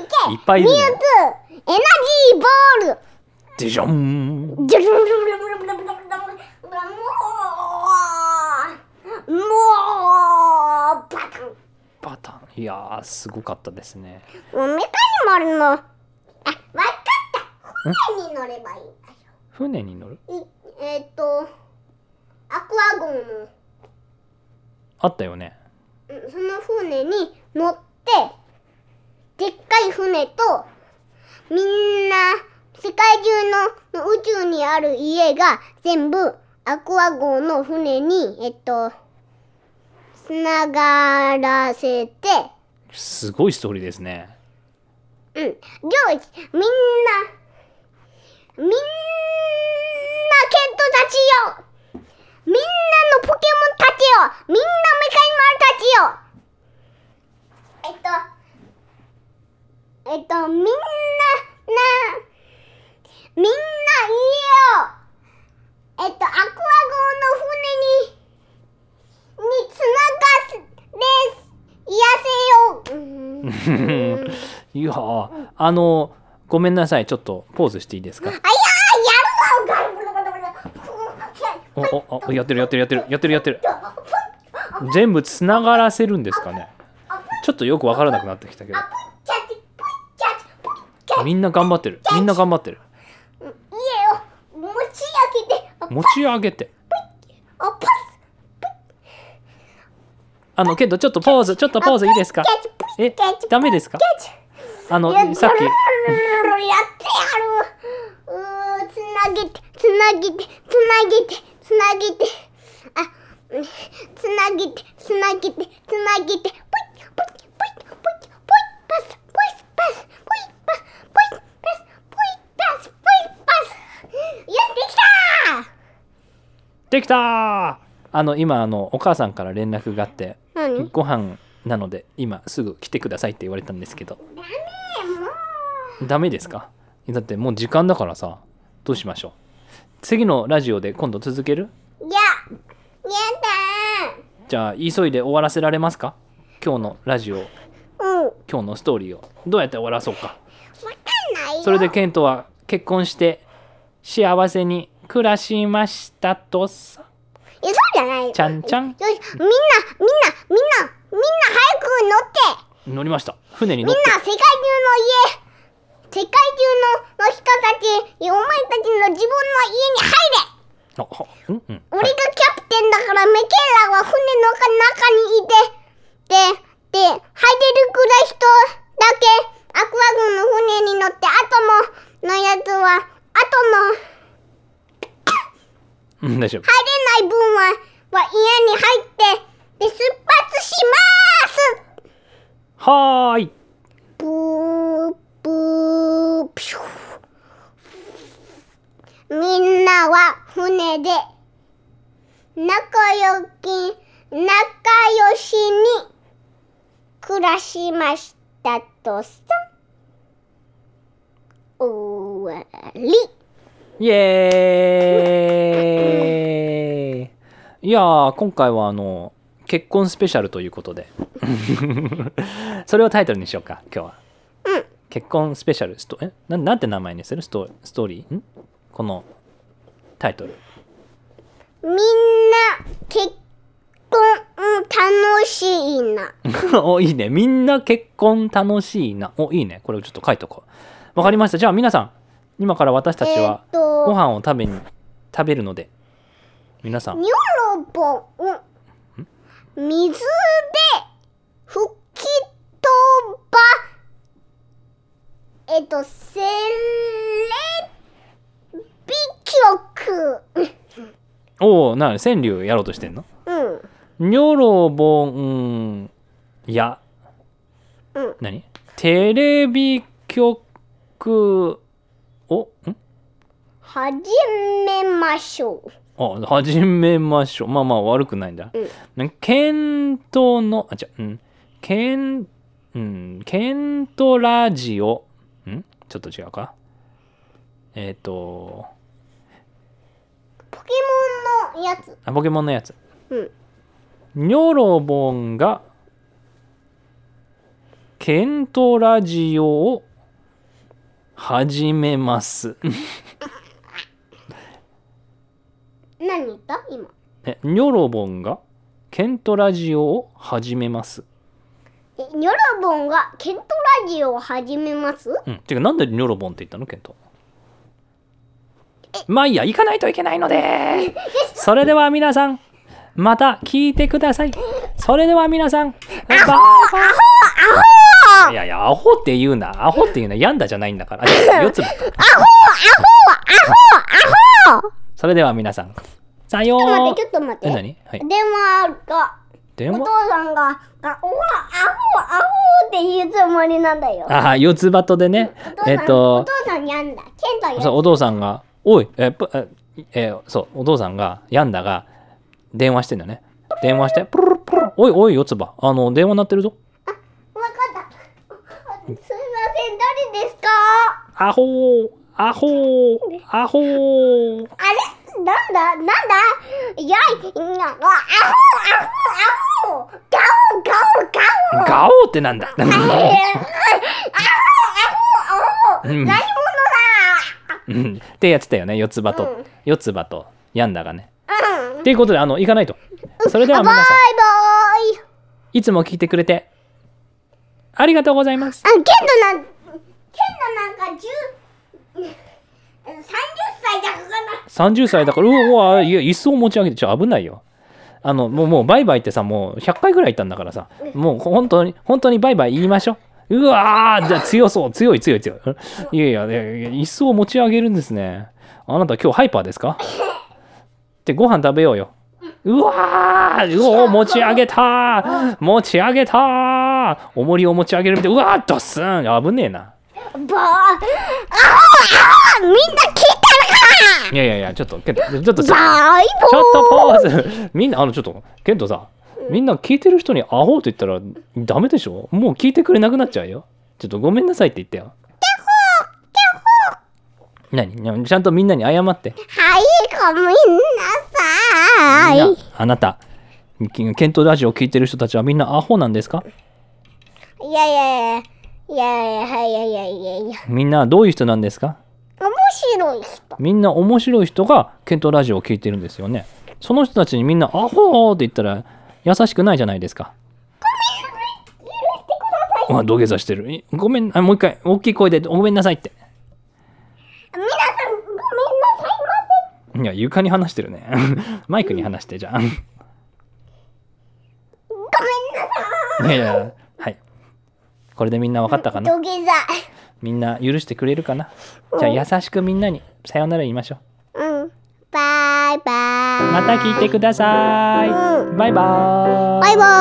[SPEAKER 2] いけ
[SPEAKER 1] いっぱいいる
[SPEAKER 2] ミュー
[SPEAKER 1] ね
[SPEAKER 2] ツエナジーボール
[SPEAKER 1] でしょん
[SPEAKER 2] もうもうバカン
[SPEAKER 1] パターンいやーすごかったですね
[SPEAKER 2] もうメカニマルのあわかった船に乗ればいいんだよ
[SPEAKER 1] 船に乗る
[SPEAKER 2] いえっ、とアクア号の、
[SPEAKER 1] あったよね
[SPEAKER 2] うんその船に乗ってでっかい船とみんな世界中の宇宙にある家が全部アクア号の船にえっとつながらせて
[SPEAKER 1] すごいストーリーですね
[SPEAKER 2] うんよしみんなみんなケントたちよみんなのポケモンたちよみんなメカニマルたちよえっとえっとみんななみんな家をえっとアクア号の船ににつながれやせよ、うん
[SPEAKER 1] いやーあのごめんなさいちょっとポーズしていいですか
[SPEAKER 2] あややるぞ
[SPEAKER 1] おおおやってるやってるやってるやってるやってる全部つながらせるんですかねちょっとよくわからなくなってきたけど
[SPEAKER 2] あぷっちゃってぷっち
[SPEAKER 1] みんな頑張ってるみんな頑張ってる
[SPEAKER 2] 家を持ち上げて、あ、
[SPEAKER 1] 持ち上げて
[SPEAKER 2] あパス、
[SPEAKER 1] あのケントちょっとポーズちょっとポーズいいですか
[SPEAKER 2] キャッチ、プリ
[SPEAKER 1] え
[SPEAKER 2] キャッチ、
[SPEAKER 1] ダメですか
[SPEAKER 2] キャッチ。
[SPEAKER 1] あの
[SPEAKER 2] や
[SPEAKER 1] さっき
[SPEAKER 2] やってやるうーつなげてつなげてつなげてつなげてあうんつなげてつなげてつなげてポイッポイッポイッポイッポイッパスポイッパスポイッパスポイッパスポイッパスポイッパスやってきた
[SPEAKER 1] できたーあの今あのお母さんから連絡があって
[SPEAKER 2] 何
[SPEAKER 1] ご飯なので今すぐ来てくださいって言われたんですけど
[SPEAKER 2] ダメもう
[SPEAKER 1] ダメですかだってもう時間だからさどうしましょう次のラジオで今度続ける
[SPEAKER 2] いやや
[SPEAKER 1] じゃあ急いで終わらせられますか今日のラジオ
[SPEAKER 2] だうんわ
[SPEAKER 1] 今日のストーリーをどうやって終わらそうか
[SPEAKER 2] かんないよ
[SPEAKER 1] それでケントは結婚して幸せに暮らしましたとさ
[SPEAKER 2] いやそうじゃないよ
[SPEAKER 1] ちゃんちゃん
[SPEAKER 2] よし、みんな、みんな、みんな、みんな早く乗って
[SPEAKER 1] 乗りました船に
[SPEAKER 2] み
[SPEAKER 1] 乗
[SPEAKER 2] ん
[SPEAKER 1] って
[SPEAKER 2] な世界中の家世界中のの人たち、お前たちの自分の家に入れ
[SPEAKER 1] あはうんうん
[SPEAKER 2] 俺
[SPEAKER 1] は
[SPEAKER 2] が
[SPEAKER 1] い
[SPEAKER 2] キャプテンだから、メケラは船の中にいて、で、で、入れるくらい人だけ、アクア軍の船に乗って、アトムのやつは、アトム、
[SPEAKER 1] うん大丈夫
[SPEAKER 2] 入れない分は、は家に入って、で、出発します
[SPEAKER 1] はーい
[SPEAKER 2] ブーブーピューみんなは船で仲良き仲良しに暮らしましたとさ終わり
[SPEAKER 1] イエーイいやー今回はあの結婚スペシャルということで それをタイトルにしようか今日は、
[SPEAKER 2] うん
[SPEAKER 1] 結婚スペシャルストえなんなんて名前にするストストーリーんこのタイトル
[SPEAKER 2] みんな結婚楽しいな
[SPEAKER 1] おいいねみんな結婚楽しいなおいいねこれをちょっと書いとこうわかりましたじゃあ皆さん今から私たち
[SPEAKER 2] えー
[SPEAKER 1] は
[SPEAKER 2] っと
[SPEAKER 1] ご飯を食べに食べるので皆さん
[SPEAKER 2] ニョロボを水で吹き飛ばえっとセレビ曲
[SPEAKER 1] おおなに川柳やろうとしてんの
[SPEAKER 2] うん
[SPEAKER 1] ニョロボンや、
[SPEAKER 2] うん
[SPEAKER 1] 何テレビ局をん
[SPEAKER 2] 始めましょう
[SPEAKER 1] あ始めましょうまあまあ悪くないんだ、ね検討のあじゃうん検うん検討ラジオんちょっと違うかえっ、と
[SPEAKER 2] ポケモンのやつ
[SPEAKER 1] あポケモンのやつ
[SPEAKER 2] うん
[SPEAKER 1] ニョロボンがケントラジオを始めます。
[SPEAKER 2] 何言った今
[SPEAKER 1] えニョロボンがケントラジオを始めます。
[SPEAKER 2] えニョロボンがケントラジオを始めます
[SPEAKER 1] うん。てかなんでニョロボンって言ったのケント。まあいいや行かないといけないので。それでは皆さんまた聞いてください。それでは皆さん。バイバイいやいや、アホって言うな。アホって言うな。病んだじゃないんだから。あ四つ葉。アホアホアホアホそれでは皆さん。さよう
[SPEAKER 2] ちょっと待ってちょっと待って
[SPEAKER 1] え、何はい
[SPEAKER 2] 電。話が
[SPEAKER 1] 電
[SPEAKER 2] お
[SPEAKER 1] 話
[SPEAKER 2] 父さんが「がおわアホアホ」って言うつもりなんだよ
[SPEAKER 1] ああ、四つ葉とでね。えっ
[SPEAKER 2] お
[SPEAKER 1] と、
[SPEAKER 2] 父さんやんだ。ケントやん
[SPEAKER 1] そう、お父さんが、おい、え、ぷええーそう、お父さんが、病んだが、電話してんだよね。電話して、プルルプルルおいおい、四つ葉。あの、電話鳴ってるぞ。
[SPEAKER 2] わかった。すみません、誰ですか
[SPEAKER 1] アホーアホーアホー
[SPEAKER 2] あれなんだなんだいや、いや、アホアホアホガオガオガオ
[SPEAKER 1] ガオーってなんだ。
[SPEAKER 2] え ーアホアホア
[SPEAKER 1] う
[SPEAKER 2] ホ何
[SPEAKER 1] ん
[SPEAKER 2] 者だ
[SPEAKER 1] うんってやってたよね四つ葉と、
[SPEAKER 2] うん
[SPEAKER 1] 四つ葉とヤンダがね。
[SPEAKER 2] うん。
[SPEAKER 1] っていうことであの行かないと。それでは
[SPEAKER 2] バイバ
[SPEAKER 1] 皆さ
[SPEAKER 2] イ
[SPEAKER 1] んいつも聞いてくれてありがとうございます。
[SPEAKER 2] あ、ケントなん、ケンのなんか10 30歳だから
[SPEAKER 1] 30歳だから、うわ、うわいや、椅子を持ち上げて、ちょ、危ないよ。あの、もう、もう、バイバイってさ、もう、100回ぐらい言ったんだからさ、もう、本当に、本当にバイバイ言いましょう。うわー、じゃあ強そう、強い、強い、強い。いやいや、いやいや椅子を持ち上げるんですね。あなた、今日ハイパーですかで、ご飯食べようよ。うわー、うおー持ち上げたー持ち上げたー重りを持ち上げるみたい。うわー、ドスーン危ねえな。
[SPEAKER 2] ばあああみんな聞いてる
[SPEAKER 1] いやいやいや、ちょっと、けどちょっと
[SPEAKER 2] か
[SPEAKER 1] さ。
[SPEAKER 2] バイ
[SPEAKER 1] ち
[SPEAKER 2] ボ
[SPEAKER 1] ょ
[SPEAKER 2] ー
[SPEAKER 1] っとポーズみんなあのちょっとケントさみんな聞いてる人にアホって言ったらダメでしょもう聞いてくれなくなっちゃうよちょっとごめんなさいって言ってよ何何ちゃんとみんなに謝って
[SPEAKER 2] はいごめん
[SPEAKER 1] みん
[SPEAKER 2] なさ
[SPEAKER 1] ないあなたケントラジオ聞いてる人たちはみんなアホなんですか
[SPEAKER 2] いやいやいやいやいやいやいやいやいや
[SPEAKER 1] みんなどういう人なんですか
[SPEAKER 2] 面白い人
[SPEAKER 1] みんな面白い人がケントラジオを聞いてるんですよねその人たちにみんなアホって言ったら優しくないじゃないですか
[SPEAKER 2] 許してください
[SPEAKER 1] あ土下座してるいごめんあもう一回大きい声でごめんなさいって
[SPEAKER 2] 皆さんごめんなさいま
[SPEAKER 1] いや、床に話してるね。 マイクに話して、じゃあ。い
[SPEAKER 2] せごめんなさい
[SPEAKER 1] やいや、はい。これでみんな分かったかな
[SPEAKER 2] 土下座
[SPEAKER 1] みんな許してくれるかなじゃあ、優しくみんなに、さよなら言いましょう。
[SPEAKER 2] うんバイバイ
[SPEAKER 1] また聞いてください。バイバーイ。
[SPEAKER 2] バイバイ